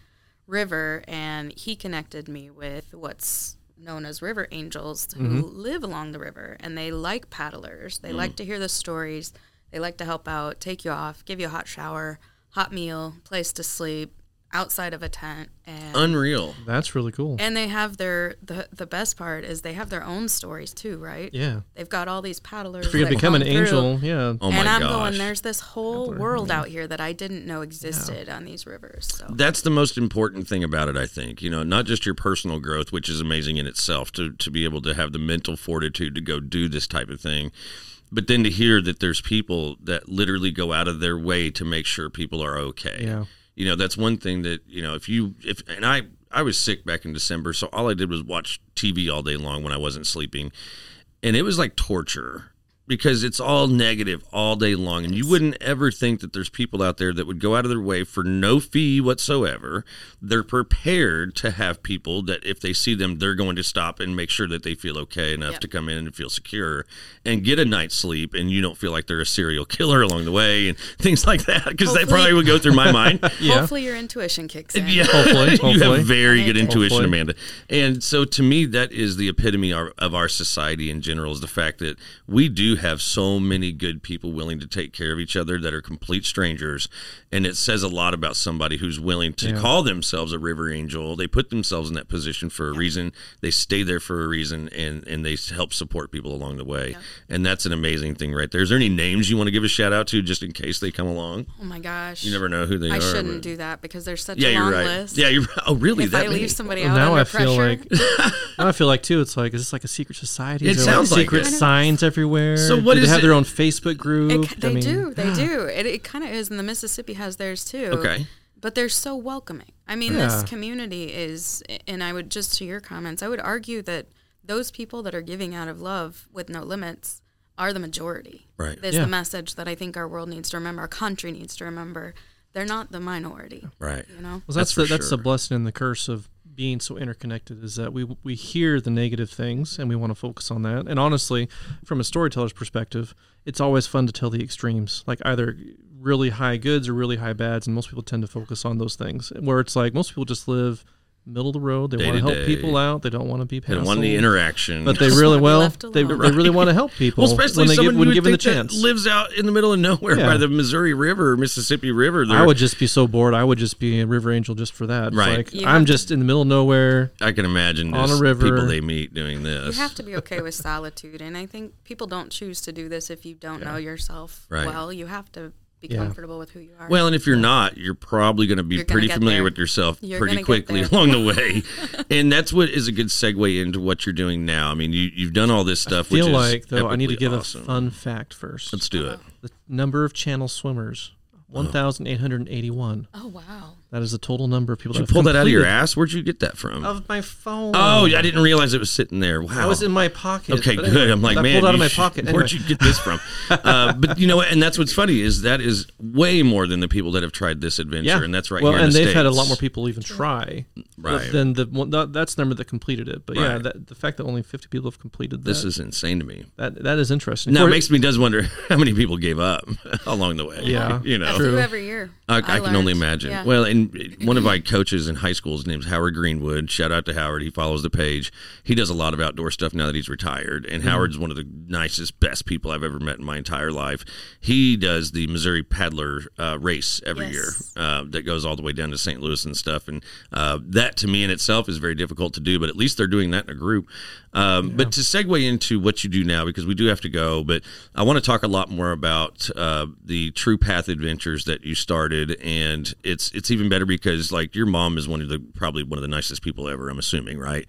[SPEAKER 3] river and he connected me with what's known as river angels who
[SPEAKER 1] Mm-hmm.
[SPEAKER 3] live along the river and they like paddlers
[SPEAKER 1] Mm.
[SPEAKER 3] they like to hear the stories they like to help out take you off give you a hot shower hot meal place to sleep outside of a tent and
[SPEAKER 2] Unreal.
[SPEAKER 1] That's really cool.
[SPEAKER 3] and they have their the, the best part is they have their own stories too right
[SPEAKER 1] Yeah.
[SPEAKER 3] they've got all these paddlers
[SPEAKER 1] If you're
[SPEAKER 3] that
[SPEAKER 1] gonna become an
[SPEAKER 3] come through
[SPEAKER 1] angel, yeah.
[SPEAKER 2] Oh my
[SPEAKER 3] and I'm
[SPEAKER 2] gosh.
[SPEAKER 3] going, there's this whole world out here that I didn't know existed on these rivers. So
[SPEAKER 2] that's the most important thing about it i think you know not just your personal growth which is amazing in itself to, to be able to have the mental fortitude to go do this type of thing but then to hear that there's people that literally go out of their way to make sure people are okay
[SPEAKER 1] Yeah.
[SPEAKER 2] you know that's one thing that you know if you if and i i was sick back in december so all i did was watch tv all day long when i wasn't sleeping and it was like torture because it's all negative all day long and you wouldn't ever think that there's people out there that would go out of their way for no fee whatsoever they're prepared to have people that if they see them they're going to stop and make sure that they feel okay enough
[SPEAKER 3] Yep.
[SPEAKER 2] to come in and feel secure and get a night's sleep and you don't feel like they're a serial killer along the way and things like that because that
[SPEAKER 3] Hopefully-
[SPEAKER 2] probably would go through my mind
[SPEAKER 1] Yeah.
[SPEAKER 3] hopefully your intuition kicks in.
[SPEAKER 2] yeah.
[SPEAKER 1] Hopefully,
[SPEAKER 2] you
[SPEAKER 1] hopefully.
[SPEAKER 2] have very good intuition,
[SPEAKER 1] Hopefully.
[SPEAKER 2] Amanda. And so, to me, that is the epitome of of our society in general is the fact that we do have so many good people willing to take care of each other that are complete strangers, and it says a lot about somebody who's willing to call themselves a river angel. They put themselves in that position for a reason. They stay there for a reason, and and they s- help support people along the way. And that's an amazing thing, right there. Is there any names you want to give a shout out to, just in case they come along?
[SPEAKER 3] Oh my gosh.
[SPEAKER 2] You never know who they
[SPEAKER 3] I
[SPEAKER 2] are.
[SPEAKER 3] shouldn't
[SPEAKER 2] but-
[SPEAKER 3] do that because there's such
[SPEAKER 2] yeah,
[SPEAKER 3] a long
[SPEAKER 2] you're right.
[SPEAKER 3] list.
[SPEAKER 2] Yeah, you're. Oh, really?
[SPEAKER 3] If
[SPEAKER 2] that
[SPEAKER 3] I
[SPEAKER 2] many?
[SPEAKER 3] leave somebody
[SPEAKER 1] Well,
[SPEAKER 3] out
[SPEAKER 1] now
[SPEAKER 3] under
[SPEAKER 1] I
[SPEAKER 3] pressure,
[SPEAKER 1] feel like now I feel like too. It's like is this like a secret society?
[SPEAKER 2] It
[SPEAKER 1] Is there,
[SPEAKER 2] sounds like
[SPEAKER 1] like secret
[SPEAKER 2] it.
[SPEAKER 1] signs everywhere.
[SPEAKER 2] So what
[SPEAKER 1] Do
[SPEAKER 2] is
[SPEAKER 1] they have
[SPEAKER 2] it-
[SPEAKER 1] their own Facebook group?
[SPEAKER 3] It, ca-
[SPEAKER 1] I
[SPEAKER 3] they
[SPEAKER 1] mean,
[SPEAKER 3] do, they do. It, it kind of is, and the Mississippi has theirs too.
[SPEAKER 2] Okay.
[SPEAKER 3] but they're so welcoming. I mean,
[SPEAKER 1] Yeah.
[SPEAKER 3] this community is, and I would just to your comments, I would argue that those people that are giving out of love with no limits are the majority.
[SPEAKER 2] Right.
[SPEAKER 3] That's
[SPEAKER 1] Yeah.
[SPEAKER 3] the message that I think our world needs to remember. Our country needs to remember. They're not the minority.
[SPEAKER 2] Right.
[SPEAKER 3] You know.
[SPEAKER 1] Well, that's,
[SPEAKER 2] That's for
[SPEAKER 1] the, that's the
[SPEAKER 2] sure.
[SPEAKER 1] blessing and the curse of being so interconnected is that we we hear the negative things and we want to focus on that. And honestly, from a storyteller's perspective, it's always fun to tell the extremes, like either really high goods or really high bads. And most people tend to focus on those things, where it's like most people just live middle of the road. They
[SPEAKER 2] Day
[SPEAKER 1] want
[SPEAKER 2] to
[SPEAKER 1] to help
[SPEAKER 2] day.
[SPEAKER 1] people out. They don't want to be
[SPEAKER 2] And
[SPEAKER 1] hassled,
[SPEAKER 2] one the interaction.
[SPEAKER 1] but they
[SPEAKER 3] Just
[SPEAKER 1] really
[SPEAKER 3] wanna be
[SPEAKER 1] well
[SPEAKER 3] left
[SPEAKER 1] they, they
[SPEAKER 3] alone.
[SPEAKER 1] really want to help people
[SPEAKER 2] well, especially
[SPEAKER 1] when they get,
[SPEAKER 2] someone
[SPEAKER 1] when
[SPEAKER 2] you would
[SPEAKER 1] given the
[SPEAKER 2] think that
[SPEAKER 1] chance.
[SPEAKER 2] lives out in the middle of nowhere
[SPEAKER 1] Yeah.
[SPEAKER 2] by the Missouri River, or Mississippi River. They're-
[SPEAKER 1] I would just be so bored. I would just be a river angel just for that. It's
[SPEAKER 2] Right.
[SPEAKER 1] Like,
[SPEAKER 3] You
[SPEAKER 1] I'm
[SPEAKER 3] have to-
[SPEAKER 1] just in the middle of nowhere.
[SPEAKER 2] I can imagine
[SPEAKER 1] On
[SPEAKER 2] this,
[SPEAKER 1] a river.
[SPEAKER 2] people they meet doing
[SPEAKER 3] You
[SPEAKER 2] this.
[SPEAKER 3] have to be okay with solitude, and I think people don't choose to do this if you don't know yourself
[SPEAKER 2] Right.
[SPEAKER 3] well. You have to be
[SPEAKER 1] Yeah.
[SPEAKER 3] comfortable with who you are.
[SPEAKER 2] Well, and if you're not, you're probably going to be
[SPEAKER 3] You're gonna
[SPEAKER 2] pretty
[SPEAKER 3] get
[SPEAKER 2] familiar
[SPEAKER 3] there.
[SPEAKER 2] with yourself
[SPEAKER 3] You're
[SPEAKER 2] pretty
[SPEAKER 3] gonna get
[SPEAKER 2] quickly
[SPEAKER 3] there.
[SPEAKER 2] along the way, and that's what is a good segue into what you're doing now. I mean, you you've done all this stuff.
[SPEAKER 1] feel
[SPEAKER 2] which
[SPEAKER 1] like
[SPEAKER 2] is
[SPEAKER 1] though I need to
[SPEAKER 2] epically
[SPEAKER 1] give
[SPEAKER 2] awesome.
[SPEAKER 1] a fun fact first.
[SPEAKER 2] Let's do it. Oh.
[SPEAKER 1] the number of channel swimmers, 1,881.
[SPEAKER 3] oh wow,
[SPEAKER 1] That is the total number of people
[SPEAKER 2] Did you
[SPEAKER 1] that have
[SPEAKER 2] pull that out of your
[SPEAKER 1] completed-
[SPEAKER 2] ass? Where'd you get that from?
[SPEAKER 1] Of my phone.
[SPEAKER 2] oh, I didn't realize it was sitting there. Wow.
[SPEAKER 1] I was in my pocket.
[SPEAKER 2] Okay,
[SPEAKER 1] But
[SPEAKER 2] good.
[SPEAKER 1] anyway,
[SPEAKER 2] I'm like,
[SPEAKER 1] I
[SPEAKER 2] man,
[SPEAKER 1] pulled out of
[SPEAKER 2] you
[SPEAKER 1] my
[SPEAKER 2] sh-
[SPEAKER 1] pocket.
[SPEAKER 2] Where'd
[SPEAKER 1] Anyway.
[SPEAKER 2] you get this from? uh, but you know, what? and that's what's funny is that is way more than the people that have tried this adventure, and that's right.
[SPEAKER 1] Well,
[SPEAKER 2] here in
[SPEAKER 1] and
[SPEAKER 2] the
[SPEAKER 1] they've had a lot
[SPEAKER 2] States.
[SPEAKER 1] more people even try.
[SPEAKER 2] Right.
[SPEAKER 1] Than the one that, that's the number that completed it. But yeah,
[SPEAKER 2] Right.
[SPEAKER 1] that, the fact that only 50 people have completed
[SPEAKER 2] This
[SPEAKER 1] that,
[SPEAKER 2] is insane to me.
[SPEAKER 1] that that is interesting.
[SPEAKER 2] Now it
[SPEAKER 1] Of
[SPEAKER 2] makes me does wonder how many people gave up along the way.
[SPEAKER 1] Yeah.
[SPEAKER 2] you know.
[SPEAKER 1] That's True.
[SPEAKER 3] Through every year.
[SPEAKER 2] I, I, can
[SPEAKER 3] learned.
[SPEAKER 2] only imagine.
[SPEAKER 3] Yeah.
[SPEAKER 2] Well, and one of my coaches in high school, his name's Howard Greenwood. Shout out to Howard. He follows the page. He does a lot of outdoor stuff now that he's retired. And
[SPEAKER 3] Mm-hmm.
[SPEAKER 2] Howard's one of the nicest, best people I've ever met in my entire life. He does the Missouri Paddler uh, race every
[SPEAKER 3] Yes.
[SPEAKER 2] year uh, that goes all the way down to St. Louis and stuff. And uh, that to me in itself is very difficult to do, but at least they're doing that in a group. Um, But to segue into what you do now, because we do have to go, but I want to talk a lot more about uh, the True Path adventures that you started, and it's it's even better because like your mom is one of the probably one of the nicest people ever. I'm assuming, right?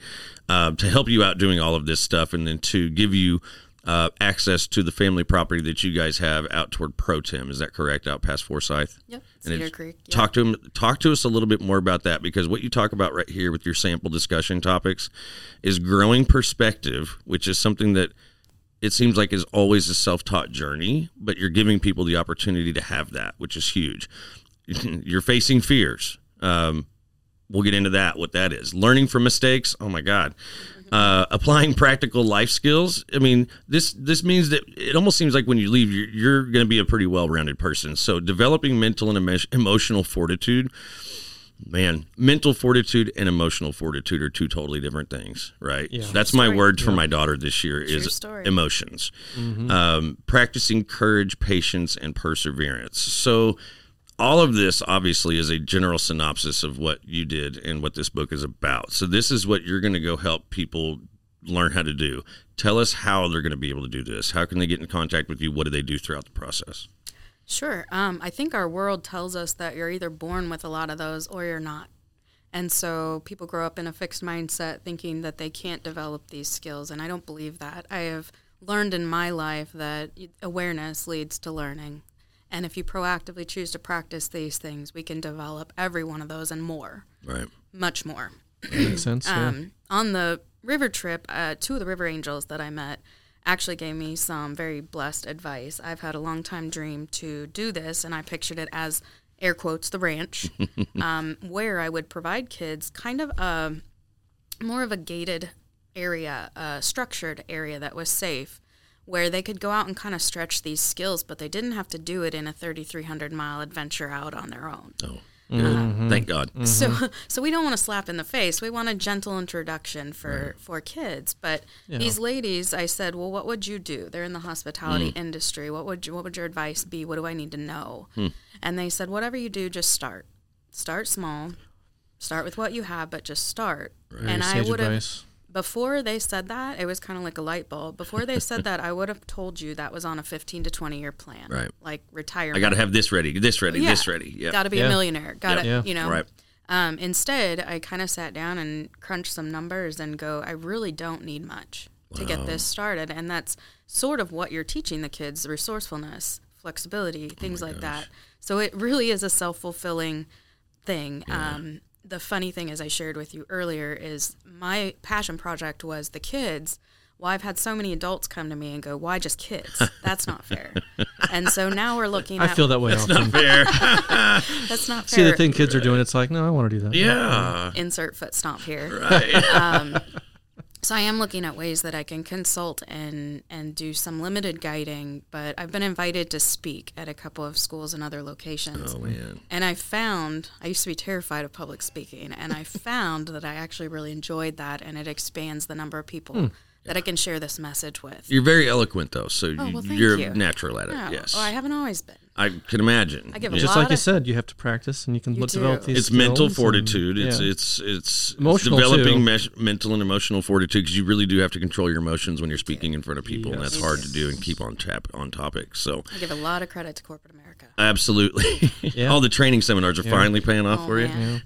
[SPEAKER 2] Um, to help you out doing all of this stuff, and then to give you. Uh, access to the family property that you guys have out toward Pro Tim, is that correct? Out past Forsyth.
[SPEAKER 3] Yep.
[SPEAKER 2] And
[SPEAKER 3] Cedar
[SPEAKER 2] it's-
[SPEAKER 3] Creek. yeah.
[SPEAKER 2] Talk to him. Talk to us a little bit more about that because what you talk about right here with your sample discussion topics is growing perspective, which is something that it seems like is always a self-taught journey, but you're giving people the opportunity to have that, which is huge. you're facing fears. Um, we'll get into that. What that is, learning from mistakes. Oh my God, uh, applying practical life skills. I mean, this this means that it almost seems like when you leave, you're, you're going to be a pretty well-rounded person. So developing mental and emo- emotional fortitude. Man, mental fortitude and emotional fortitude are two totally different things, right?
[SPEAKER 1] Yeah.
[SPEAKER 2] That's my word for my daughter this year is
[SPEAKER 3] story.
[SPEAKER 2] emotions. Um, practicing courage, patience, and perseverance. So, all of this obviously is a general synopsis of what you did and what this book is about. So, this is what you're going to go help people learn how to do. Tell us how they're going to be able to do this. How can they get in contact with you? What do they do throughout the process?
[SPEAKER 3] Sure. Um, I think our world tells us that you're either born with a lot of those or you're not. And so people grow up in a fixed mindset thinking that they can't develop these skills. And I don't believe that. I have learned in my life that y- awareness leads to learning. And if you proactively choose to practice these things, we can develop every one of those and more,
[SPEAKER 2] Right.
[SPEAKER 3] much more
[SPEAKER 1] that makes sense. yeah.
[SPEAKER 3] um, on the river trip, uh, two of the river angels that I met actually gave me some very blessed advice. I've had a long time dream to do this, and I pictured it as air quotes the ranch, um, where I would provide kids kind of a more of a gated area, a structured area that was safe, where they could go out and kind of stretch these skills, but they didn't have to do it in a 3,300 mile adventure out on their own.
[SPEAKER 2] Oh, good. Thank God.
[SPEAKER 3] So, so we don't want to slap in the face. We want a gentle introduction for for kids. But these ladies, I said, well, what would you do? They're in the hospitality
[SPEAKER 2] Mm.
[SPEAKER 3] industry. What would you, what would your advice be? What do I need to know?
[SPEAKER 2] Hmm.
[SPEAKER 3] And they said, whatever you do, just start. Start small. Start with what you have, but just start.
[SPEAKER 1] Very
[SPEAKER 3] And I
[SPEAKER 1] sage
[SPEAKER 3] would have
[SPEAKER 1] advice.
[SPEAKER 3] before they said that, it was kind of like a light bulb. Before they said that, I would have told you that was on a 15 to 20 year plan.
[SPEAKER 2] Right.
[SPEAKER 3] Like retirement.
[SPEAKER 2] I got to have this ready, this ready, this ready. Yeah.
[SPEAKER 3] Got to be
[SPEAKER 1] Yeah.
[SPEAKER 3] a millionaire. Got to,
[SPEAKER 1] Yeah.
[SPEAKER 3] you know.
[SPEAKER 2] Right.
[SPEAKER 3] Um, instead, I kind of sat down and crunched some numbers and go, I really don't need much to get this started. And that's sort of what you're teaching the kids resourcefulness, flexibility, things like that. So it really is a self fulfilling thing. Um, the funny thing, as I shared with you earlier, is my passion project was the kids. Well, I've had so many adults come to me and go, "Why just kids? That's not fair." and so now we're looking.
[SPEAKER 1] I
[SPEAKER 3] at,
[SPEAKER 1] feel that way often.
[SPEAKER 2] Fair.
[SPEAKER 3] that's not
[SPEAKER 1] See
[SPEAKER 3] fair.
[SPEAKER 1] the thing kids are doing. It's like, no, I want to do that.
[SPEAKER 2] yeah.
[SPEAKER 3] Insert foot stomp here.
[SPEAKER 2] Right.
[SPEAKER 3] So I am looking at ways that I can consult and and do some limited guiding, but I've been invited to speak at a couple of schools and other locations.
[SPEAKER 2] Oh man.
[SPEAKER 3] And I found I used to be terrified of public speaking, and I found that I actually really enjoyed that, and it expands the number of people that I can share this message with.
[SPEAKER 2] You're very eloquent, though, so you,
[SPEAKER 3] Oh, well, thank
[SPEAKER 2] you're
[SPEAKER 3] you.
[SPEAKER 2] natural at it.
[SPEAKER 3] Yeah.
[SPEAKER 2] Yes,
[SPEAKER 3] Well, I haven't always been.
[SPEAKER 2] I can imagine.
[SPEAKER 3] I give a
[SPEAKER 2] Yeah.
[SPEAKER 1] Just
[SPEAKER 3] lot
[SPEAKER 1] like you
[SPEAKER 3] of-
[SPEAKER 1] said, you have to practice and you can
[SPEAKER 3] You
[SPEAKER 1] develop
[SPEAKER 3] do.
[SPEAKER 1] these.
[SPEAKER 2] It's mental
[SPEAKER 1] skills and-
[SPEAKER 2] fortitude. It's,
[SPEAKER 1] yeah.
[SPEAKER 2] it's it's it's
[SPEAKER 1] Emotional,
[SPEAKER 2] developing
[SPEAKER 1] too.
[SPEAKER 2] mesh, mental and emotional fortitude because you really do have to control your emotions when you're speaking in front of people, and that's hard to do and keep on tap on topic. So
[SPEAKER 3] I give a lot of credit to corporate America.
[SPEAKER 2] absolutely,
[SPEAKER 1] Yeah.
[SPEAKER 2] all the training seminars are finally paying off
[SPEAKER 3] Oh,
[SPEAKER 2] for you.
[SPEAKER 3] man.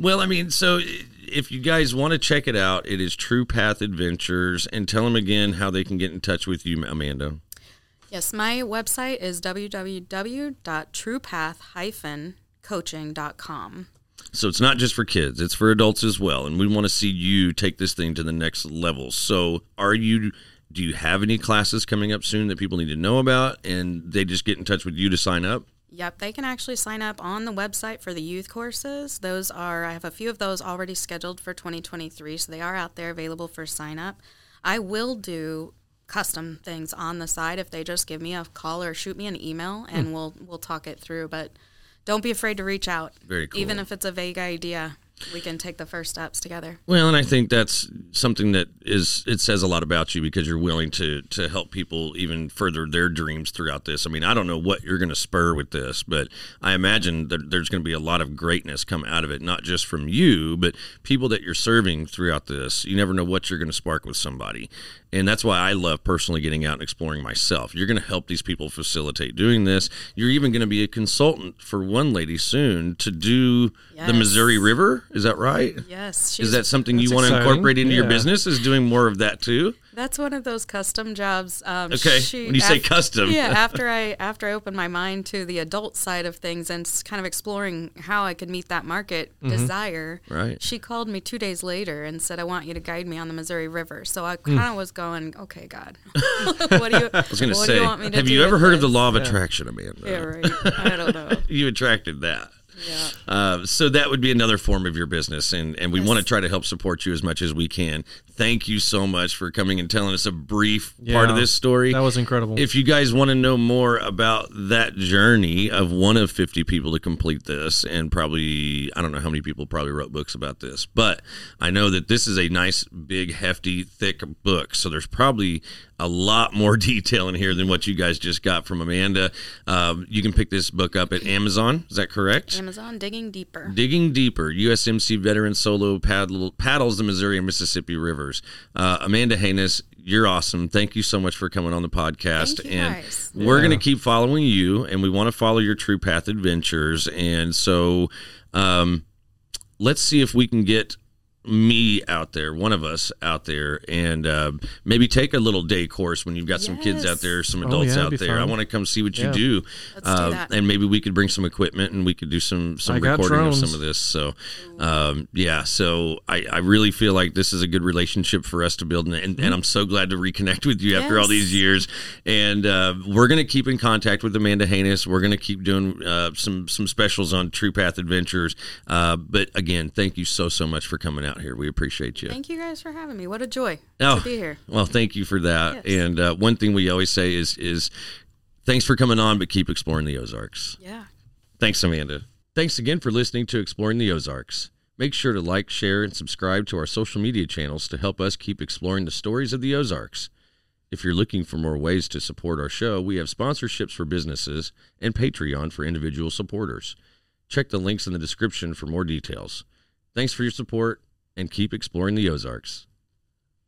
[SPEAKER 2] Well, I mean, so i- if you guys want to check it out, it is True Path Adventures, and tell them again how they can get in touch with you, Amanda.
[SPEAKER 3] Yes, my website is www.truepath coaching.com.
[SPEAKER 2] So it's not just for kids, it's for adults as well. And we want to see you take this thing to the next level. So are you do you have any classes coming up soon that people need to know about and they just get in touch with you to sign up?
[SPEAKER 3] Yep, they can actually sign up on the website for the youth courses. Those are, I have a few of those already scheduled for 2023, so they are out there available for sign up. I will do custom things on the side if they just give me a call or shoot me an email
[SPEAKER 2] Hmm.
[SPEAKER 3] and we'll we'll talk it through, but don't be afraid to reach out.
[SPEAKER 2] Very cool.
[SPEAKER 3] Even if it's a vague idea, we can take the first steps together.
[SPEAKER 2] Well, and I think that's something that is it says a lot about you because you're willing to to help people even further their dreams throughout this. I mean, I don't know what you're going to spur with this, but I imagine that there's going to be a lot of greatness come out of it, not just from you, but people that you're serving throughout this. You never know what you're going to spark with somebody. And that's why I love personally getting out and exploring myself. You're going to help these people facilitate doing this. You're even going to be a consultant for one lady soon to do the
[SPEAKER 3] Yes.
[SPEAKER 2] Missouri River. Is that right?
[SPEAKER 3] Yes, she's
[SPEAKER 2] Is that something you
[SPEAKER 1] That's
[SPEAKER 2] want to
[SPEAKER 1] exciting.
[SPEAKER 2] incorporate into your
[SPEAKER 1] Yeah.
[SPEAKER 2] business? Is doing more of that too?
[SPEAKER 3] That's one of those custom jobs. Um,
[SPEAKER 2] Okay, when you say
[SPEAKER 3] af-
[SPEAKER 2] custom.
[SPEAKER 3] yeah. After I after I opened my mind to the adult side of things and s- kind of exploring how I could meet that market desire,
[SPEAKER 2] Mm-hmm. Right.
[SPEAKER 3] She called me two days later and said, "I want you to guide me on the Missouri River." So I
[SPEAKER 2] Hmm.
[SPEAKER 3] kind of was going, "Okay, God, what do you?
[SPEAKER 2] I was going to
[SPEAKER 3] what do
[SPEAKER 2] say,
[SPEAKER 3] you want me to
[SPEAKER 2] have
[SPEAKER 3] do
[SPEAKER 2] you ever
[SPEAKER 3] with
[SPEAKER 2] heard of the
[SPEAKER 3] this?"
[SPEAKER 2] law of attraction, Amanda?
[SPEAKER 3] Yeah, right. I don't know.
[SPEAKER 2] You attracted that.
[SPEAKER 3] Yeah.
[SPEAKER 2] Uh, so that would be another form of your business, and, and we want to try to help support you as much as we can. Thank you so much for coming and telling us a brief part of
[SPEAKER 1] Yeah.
[SPEAKER 2] this story.
[SPEAKER 1] That was incredible.
[SPEAKER 2] If you guys want to know more about that journey of one of 50 people to complete this, and probably, I don't know how many people probably wrote books about this, but I know that this is a nice, big, hefty, thick book. So there's probably a lot more detail in here than what you guys just got from Amanda. Um, you can pick this book up at Amazon. Is that correct?
[SPEAKER 3] Amazon digging deeper.
[SPEAKER 2] Digging deeper, USMC veteran solo paddle, paddles the Missouri and Mississippi rivers. Uh, Amanda Haynes, you're awesome. Thank you so much for coming on the podcast.
[SPEAKER 3] Thank you
[SPEAKER 2] and
[SPEAKER 3] guys.
[SPEAKER 2] we're going to keep following you, and we want to follow your true path adventures. And so, um, let's see if we can get me out there, one of us out there, and uh, maybe take a little day course when you've got some kids
[SPEAKER 3] Yes.
[SPEAKER 2] out there, some
[SPEAKER 1] Oh,
[SPEAKER 2] adults
[SPEAKER 1] yeah, it'd
[SPEAKER 2] out
[SPEAKER 1] be
[SPEAKER 2] there. I
[SPEAKER 1] fun.
[SPEAKER 2] want to come see what
[SPEAKER 1] Yeah.
[SPEAKER 2] you do,
[SPEAKER 3] Let's do that.
[SPEAKER 2] Uh, and maybe we could bring some equipment and we could do some some
[SPEAKER 1] I got
[SPEAKER 2] recording of
[SPEAKER 1] drones.
[SPEAKER 2] some of this. So, um, yeah, so I, I really feel like this is a good relationship for us to build, and, and, and I'm so glad to reconnect with you after all
[SPEAKER 3] Yes.
[SPEAKER 2] these years. And uh, we're going to keep in contact with Amanda Haynes. We're going to keep doing uh, some some specials on True Path Adventures. Uh, but again, thank you so so much for coming out here. We appreciate you.
[SPEAKER 3] Thank you guys for having me. What a joy
[SPEAKER 2] Oh,
[SPEAKER 3] to be here.
[SPEAKER 2] Well, thank you for that.
[SPEAKER 3] Yes.
[SPEAKER 2] And uh, one thing we always say is is thanks for coming on, but keep exploring the Ozarks.
[SPEAKER 3] Yeah.
[SPEAKER 2] Thanks, Amanda. Thanks again for listening to Exploring the Ozarks. Make sure to like, share, and subscribe to our social media channels to help us keep exploring the stories of the Ozarks. If you're looking for more ways to support our show, we have sponsorships for businesses and Patreon for individual supporters. Check the links in the description for more details. Thanks for your support and keep exploring the Ozarks.